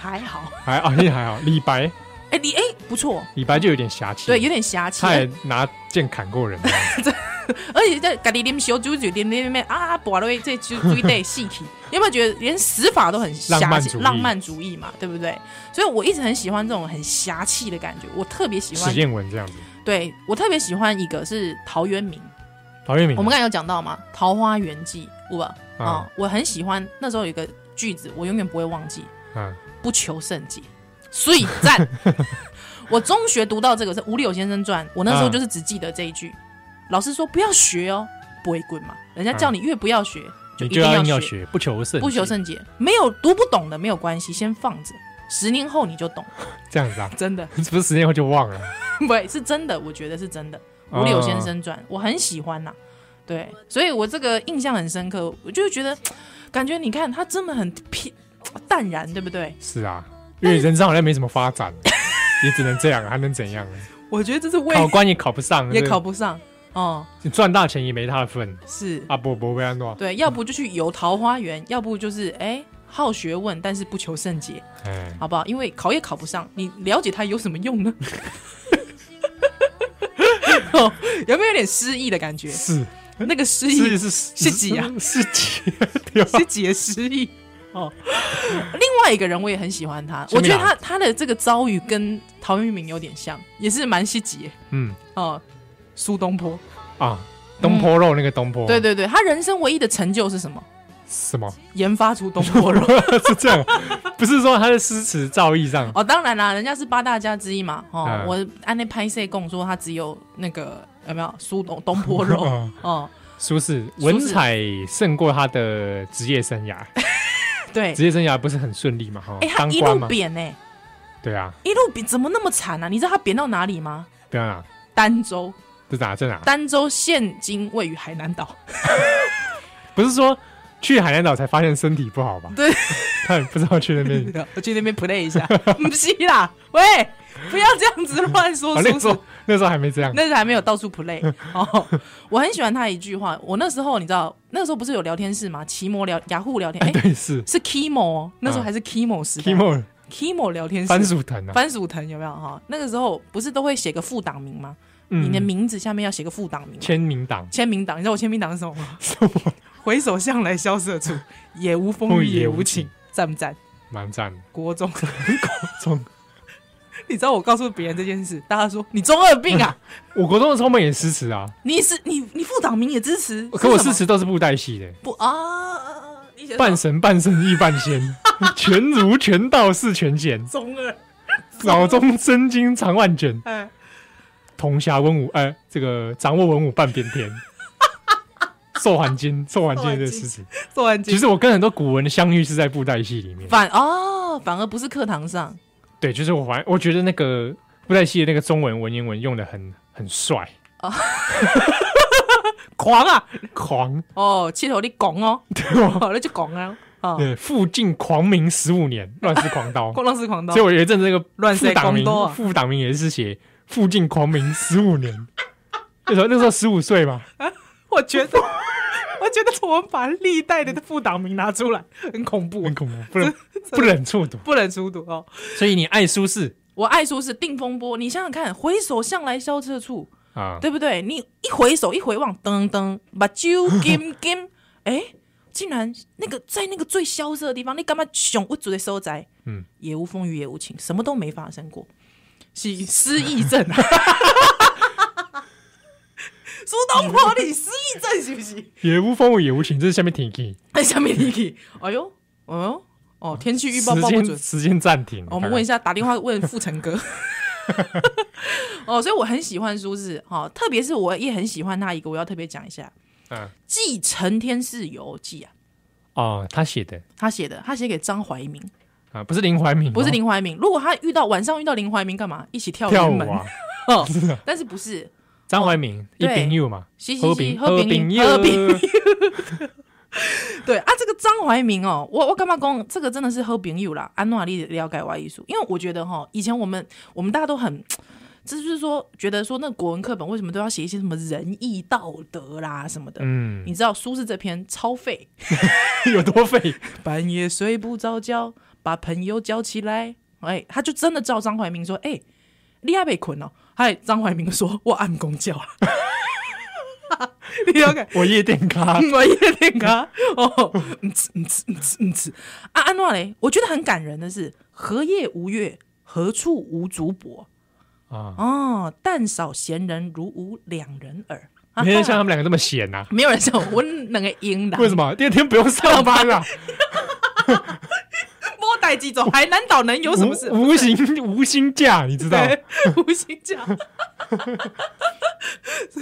S2: 还好，
S1: 还啊，你还好，李白，
S2: 哎你哎不错，
S1: 李白就有点侠气，
S2: 对，有点侠气，
S1: 他也拿剑砍过人，
S2: 而且在咖喱啉小酒酒啉啉啉啊，博瑞这就追对戏体，有没有觉得连死法都很侠
S1: 浪漫
S2: 气
S1: 主义
S2: 浪漫主义嘛，对不对？所以我一直很喜欢这种很侠气的感觉，我特 别喜
S1: 实
S2: 欢。
S1: 验文这样子。
S2: 对我特别喜欢一个是陶渊明，
S1: 陶渊明，啊
S2: 我们刚才有讲到嘛，《桃花源记》，对吧？
S1: 嗯
S2: 啊、我很喜欢那时候有一个句子，我永远不会忘记，
S1: 嗯，
S2: 不求甚解，所以赞。 我中学读到这个是《五柳先生传》，我那时候就是只记得这一句。老师说不要学哦，不会滚嘛，人家叫你越不要学，
S1: 你
S2: 一
S1: 就
S2: 定
S1: 要
S2: 要
S1: 硬要
S2: 学
S1: 学，不求甚，
S2: 不求甚解。没有读不懂的没有关系，先放着，十年后你就懂，
S1: 这样子啊，
S2: 真的
S1: 是不是十年后就忘了？
S2: 不会是真的，我觉得是真的。《五柳先生传》我很喜欢呐、对，所以我这个印象很深刻，我就觉得感觉你看他真的很偏淡然，对不对？
S1: 是啊，因为人生好像没什么发展，也只能这样，啊还能怎样？
S2: 我觉得这是为
S1: 考官也考不上，
S2: 也考不上哦。
S1: 你赚大钱也没他的份
S2: 是，
S1: 啊！不不，不要弄，
S2: 对，要不就去游桃花源，要不就是哎好学问，但是不求甚解，
S1: 哎。
S2: 好不好？因为考也考不上，你了解它有什么用呢？ 哦有没有点失意的感觉？
S1: 是，
S2: 那个失
S1: 是
S2: 意
S1: 是
S2: 是几啊？
S1: 是几？对吧？
S2: 是解失意哦。另外一个人我也很喜欢他，
S1: 什
S2: 我
S1: 么
S2: 觉
S1: 呀
S2: 得他他的这个遭遇跟陶渊明有点像，也是蛮细节
S1: 嗯
S2: 哦。苏东坡，
S1: 啊，东坡肉那个东坡，
S2: 对，对对，他人生唯一的成就是什么？
S1: 什么？
S2: 研发出东坡肉。
S1: 是这样？啊不是说他的诗词造诣上
S2: 哦，当然啦，人家是八大家之一嘛。哦，
S1: 嗯
S2: 我按那拍摄供说他只有那个有没有？苏东东坡肉， 哦、
S1: 嗯苏轼
S2: 轼
S1: 文采胜过他的职业生涯，
S2: 对，
S1: 职业生涯不是很顺利嘛？哈
S2: 哎、，他
S1: 当
S2: 一
S1: 官
S2: 路
S1: 嘛，
S2: 贬呢、
S1: 对啊，
S2: 一路贬怎么那么惨啊？你知道他贬到哪里吗？
S1: 对啊，
S2: 儋州，
S1: 这哪这哪？
S2: 儋州现今位于海南岛。
S1: 不是说去海南岛才发现身体不好吧？
S2: 对，
S1: 他也不知道去那 边。
S2: 我去那边 play 一下， 不是啦，喂，不要这样子乱说
S1: 啊，，
S2: 是
S1: 那
S2: 不
S1: 时
S2: 是
S1: 候？那时候还没这样，
S2: 那时还没有到处 play 哦。我很喜欢他一句话，我那时候你知道，那时候不是有聊天室吗？奇摩聊雅虎聊天，哎、
S1: 啊对是
S2: 是 Kimo，哦那时候
S1: 啊
S2: 还是 Kimo 时代
S1: Kimo
S2: Kimo 聊天室，
S1: 番薯藤啊，
S2: 番薯藤有没有哈？那个时候不是都会写个副档名吗？你的
S1: 嗯，
S2: 名字下面要写个副档名，
S1: 签名档，
S2: 签名档。你知道我签名档是什么吗？ 回首向来萧瑟处，也无风
S1: 风
S2: 雨
S1: 雨
S2: 也
S1: 也无
S2: 无晴
S1: 晴，
S2: 赞不赞？
S1: 蛮赞的。
S2: 国中，
S1: 中，
S2: 你知道我告诉别人这件事，大家说你中二病啊！
S1: 我国中的时候我们也诗词啊，
S2: 你是你你副档名也支持？
S1: 可我
S2: 是什
S1: 诗
S2: 么
S1: 词都是布袋戏的，
S2: 不啊，你写什么
S1: 半神半神亦半 仙，全儒全道是全贤，
S2: 中二，
S1: 脑中真经长万卷，
S2: 哎，
S1: 铜匣文武，哎，这个掌握文武半边 天。寿含经，寿含经的诗词，
S2: 做完 结
S1: 其实我跟很多古文的相遇是在布袋戏里 面。
S2: 反哦，反而不是课堂上
S1: 对，就是我反，我觉得那个布袋戏的那个中文文言文用的很很帅，
S2: 哦狂啊！
S1: 狂，
S2: 哦，气头你拱哦，
S1: 对吧？
S2: 哦，那就拱啊！哦，
S1: 对，附近狂民十五年， 乱世狂刀。
S2: 狂浪是狂刀
S1: 所以，我有一阵子那个
S2: 乱世
S1: 副党
S2: 狂
S1: 名
S2: 刀啊，
S1: 副党名也是写附近狂民十五年。 那时候那时候十五岁嘛，
S2: 我觉得，我觉得我们把历代的副党名拿出来，很恐怖
S1: 很，恐 怖，不能不忍触睹。
S2: 不能出读哦。
S1: 所以你爱苏轼
S2: 我爱说是定风波，你想想看，回首向来萧瑟处，
S1: 啊，
S2: 对不对？你一回首一回望，噔噔，把酒 金金，哎，竟然那个在那个最萧瑟的地方，你干嘛熊我主的收窄？
S1: 嗯，
S2: 也无风雨也无晴，什么都没发生过，是失忆症 啊！苏东坡，你失忆症是不是？
S1: 也无风雨也无晴，这是下面挺 key。
S2: 哎，下面你给，哎呦，哎呦，哦，天气预报
S1: 时
S2: 报不准
S1: 间。时间暂停。
S2: 哦我们问一
S1: 下，
S2: 下，打电话问傅成 哥。哦，所以我很喜欢苏轼，哦，特别是我也很喜欢他一个，我要特别讲一下
S1: 嗯，
S2: 《寄承天寺游记》啊，
S1: 哦，他写的
S2: 他写的，他写给张怀民，
S1: 啊，不是林怀民哦，
S2: 不是林怀民。如果他遇到晚上遇到林怀民，干嘛一起跳
S1: 跳
S2: 云
S1: 舞
S2: 门？
S1: 啊，
S2: 哦
S1: 是啊，
S2: 但是不是？
S1: 张怀民一
S2: 哦对
S1: 饼友嘛，
S2: 嘻嘻
S1: 喝
S2: 嘻，
S1: 饼
S2: 喝饼
S1: 饼
S2: 友喝饼友。对啊，这个张怀民哦，我我干嘛讲这个真的是喝饼友啦？安诺利了解外艺术，因为我觉得哈、以前我们我们大家都很。这就是说，觉得说那国文课本为什么都要写一些什么仁义道德啦什么的？
S1: 嗯，
S2: 你知道苏轼这篇超废，
S1: 有多废？
S2: 半夜睡不着觉，把朋友叫起来，哎，他就真的照张怀民说，哎，你还被困哦？ 嗨，张怀民说，我按公叫了， 你了解？
S1: 我夜店咖，
S2: 我夜店咖哦，嗯哧嗯哧嗯哧嗯哧啊！安诺嘞，我觉得很感人的是“何夜无月，何处无竹柏”
S1: 啊
S2: 哦，但少闲人如吾两人耳。啊
S1: 没人像他们两个这么闲呐、
S2: 没有人像我，我两个英的，
S1: 为什么第二天不用上班啊 啦、
S2: 摸代机走海南岛能有什么事？
S1: 无无形无薪假，你知道？
S2: 对，无心讲，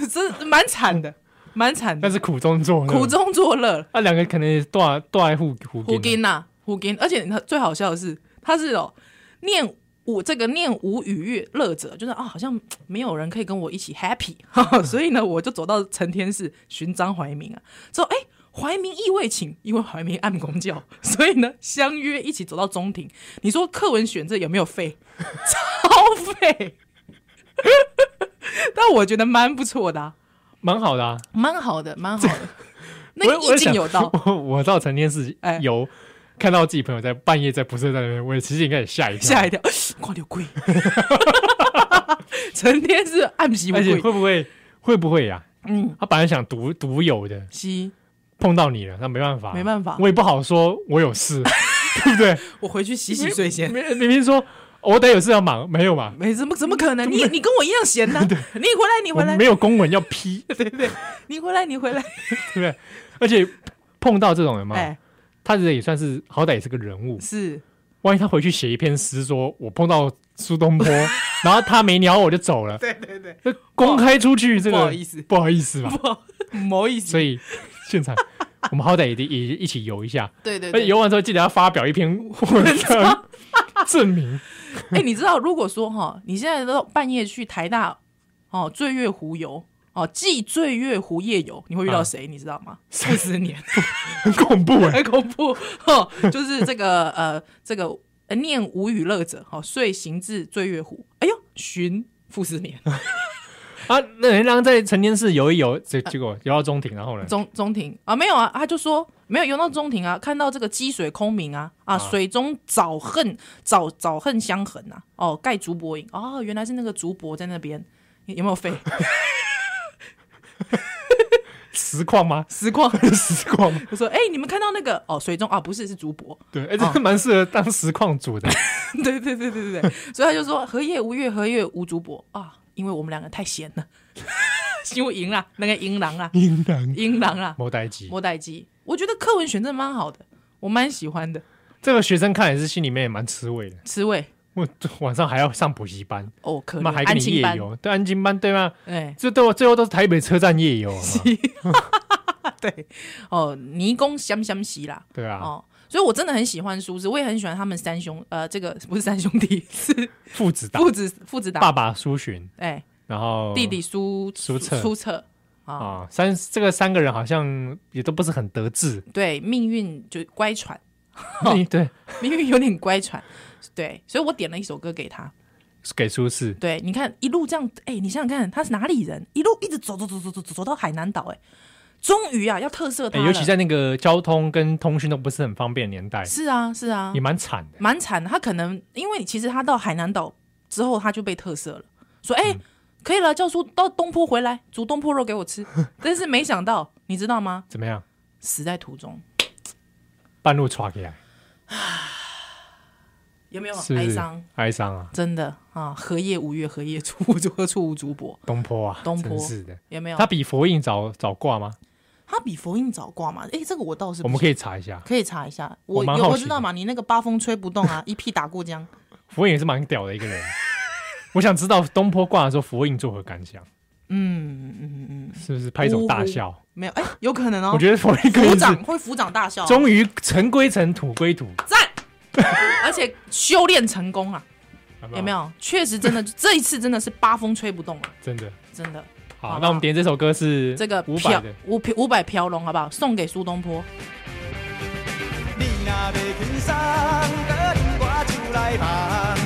S2: 这蛮惨的，蛮惨
S1: 但
S2: 的，
S1: 是苦中作乐，
S2: 苦中作乐。
S1: 那两个可能也多少多爱互互
S2: 胡金呐，胡金，而且他最好笑的是，他是哦念无这个念无语乐乐者，就是啊，好像没有人可以跟我一起 happy，所以呢，我就走到承天寺寻张怀民啊，之后哎。怀民意未请，因为怀民暗公教，所以呢相约一起走到中庭。你说课文选这有没有废？ 超废， 但我觉得蛮不错的、啊，
S1: 蛮好的啊。
S2: 蛮好的，蛮好的。那
S1: 我
S2: 个
S1: 我
S2: 意境
S1: 想
S2: 有道，
S1: 我我到成天寺
S2: 哎
S1: 有、看到自己朋友在半夜在不是在那边，我也其实应该也吓一跳，
S2: 吓一跳，挂流鬼，成天是暗喜
S1: 而
S2: 为
S1: 且
S2: 鬼，
S1: 会不会会不会呀、
S2: 嗯，
S1: 他本来想独独有的，
S2: 西，
S1: 碰到你了，那没办法，
S2: 没办法
S1: 我也不好说我有 事，对不对？
S2: 我回去洗洗睡先。
S1: 明明明说我得有事要忙，没有嘛？
S2: 没怎么怎么可能？你你跟我一样闲呐、 你回来，你
S1: 我
S2: 回来
S1: 没，有公文要批， 对
S2: 你回来，你回来。
S1: 不对？而且碰到这种人嘛，
S2: 哎，
S1: 他这也算是好歹也是个人物，
S2: 是
S1: 万一他回去写一篇诗，说我碰到苏东 坡，然后他没鸟我就走了，
S2: 对对对，
S1: 就公开出去这个
S2: 不好意思
S1: 不好意思吧？
S2: 不好意思，
S1: 所以现场我们好歹也得也一起游一下，
S2: 对对
S1: 而且
S2: 对，
S1: 哎游完之后记得要发表一篇 文章证 明。
S2: 哎、你知道，如果说哈，你现在都半夜去台大哦醉月湖游哦，记醉月湖夜游，你会遇到谁？你知道吗？四十年，
S1: 很恐怖哎、
S2: 很恐怖哦，就是这个呃，这个呃念无与乐者，哦，遂行至醉月湖，哎呦，寻负十年，
S1: 啊！那人家在成年室游一游，结结果游到中庭，然后呢？
S2: 啊中中庭啊，没有啊，他就说没有游到中庭啊，看到这个积水空明啊啊，水中早恨早早恨相痕啊，哦，盖竹柏影哦，原来是那个竹柏在那边，有有没有废
S1: 实况吗？
S2: 实况？
S1: 实况吗？
S2: 我说哎、你们看到那个哦，水中啊，不是是竹柏，
S1: 对，哎、
S2: 哦
S1: 这个蛮适合当实况组的。
S2: 对对对对对对，所以他就说荷叶无月，荷叶无竹柏啊，因为我们两个太闲了， 修赢啦，那个啊 赢狼啦，
S1: 阴阳
S2: 赢狼啦，
S1: 莫代机，
S2: 莫啊代基，我觉得课文选真的蛮好的，我蛮喜欢的，
S1: 这个学生看也是心里面也蛮吃味的。
S2: 吃味
S1: 我晚上还要上补习班，
S2: 哦，可
S1: 妈
S2: 能
S1: 还跟
S2: 安
S1: 你
S2: 亲
S1: 夜
S2: 班，
S1: 游，对，安静班对吗？
S2: 哎，
S1: 这都最后都是台北车站夜 游，啊好吗
S2: 对，哦，泥工香香西啦，
S1: 对啊，
S2: 哦。所以，我真的很喜欢苏轼，我也很喜欢他们三兄，呃，这个不是三兄弟， 是
S1: 父子档，
S2: 父子父子
S1: 爸
S2: 档，
S1: 爸苏洵，
S2: 哎，
S1: 然后
S2: 弟哦弟苏
S1: 苏辙
S2: 苏辙，
S1: 啊，三这个三个人好像也都不是很得志，
S2: 对，命运就乖舛，哦
S1: 对，
S2: 因为有点乖舛， 对，所以我点了一首歌给他。
S1: 给苏轼，
S2: 对，你看一路这样，哎、你想想看，他是哪里人？一路一直走走走走走走走到海南岛，哎，终于啊要特色他
S1: 哎
S2: 了。
S1: 尤其在那个交通跟通讯都不是很方便的年代，
S2: 是啊是啊
S1: 也，蛮惨的。
S2: 蛮惨的。他可能因为其实他到海南岛之后，他就被特色了，
S1: 嗯
S2: 说哎、可以了，教叔到东坡回来煮东坡肉给我吃。 但是没想到，你知道吗？
S1: 怎么样？
S2: 死在途中，
S1: 半路垮起来，
S2: 有没有
S1: 是不
S2: 哀
S1: 是
S2: 伤？？
S1: 哀伤啊，
S2: 真的啊，荷叶无月，荷叶出无竹，何处无竹柏？
S1: 东坡啊，
S2: 东坡啊
S1: 真是的。
S2: 有没有？
S1: 他比佛印早早挂吗？
S2: 他比佛印早挂嘛？哎、这个我倒是
S1: 我
S2: 不
S1: 们可以查一下，
S2: 可以查一下，
S1: 我
S2: 我
S1: 蛮
S2: 有
S1: 好
S2: 我
S1: 奇
S2: 知道
S1: 的
S2: 嘛，你那个八风吹不动 啊，一屁打过江。
S1: 佛印也是蛮屌的一个 人。我想知道东坡挂的时候，佛印作何感想？
S2: 嗯嗯嗯，
S1: 是不是拍手大笑？
S2: 没有，哎、有可能哦。
S1: 我觉得佛印可以
S2: 抚
S1: 是
S2: 掌会抚掌大笑、啊
S1: 终于尘归尘，土归土，
S2: 赞， 而且修炼成功啊，有没
S1: 有？
S2: 有？确实真 的，这一次真的是八风吹不动了、
S1: 真的
S2: 真的。好
S1: 好。
S2: 吧
S1: 那我们点这首歌是
S2: 这个
S1: 五
S2: 飘
S1: 百的，
S2: 五五百飘龙好不好？送给苏东坡。
S3: 你若袂轻松，搁饮我酒来香。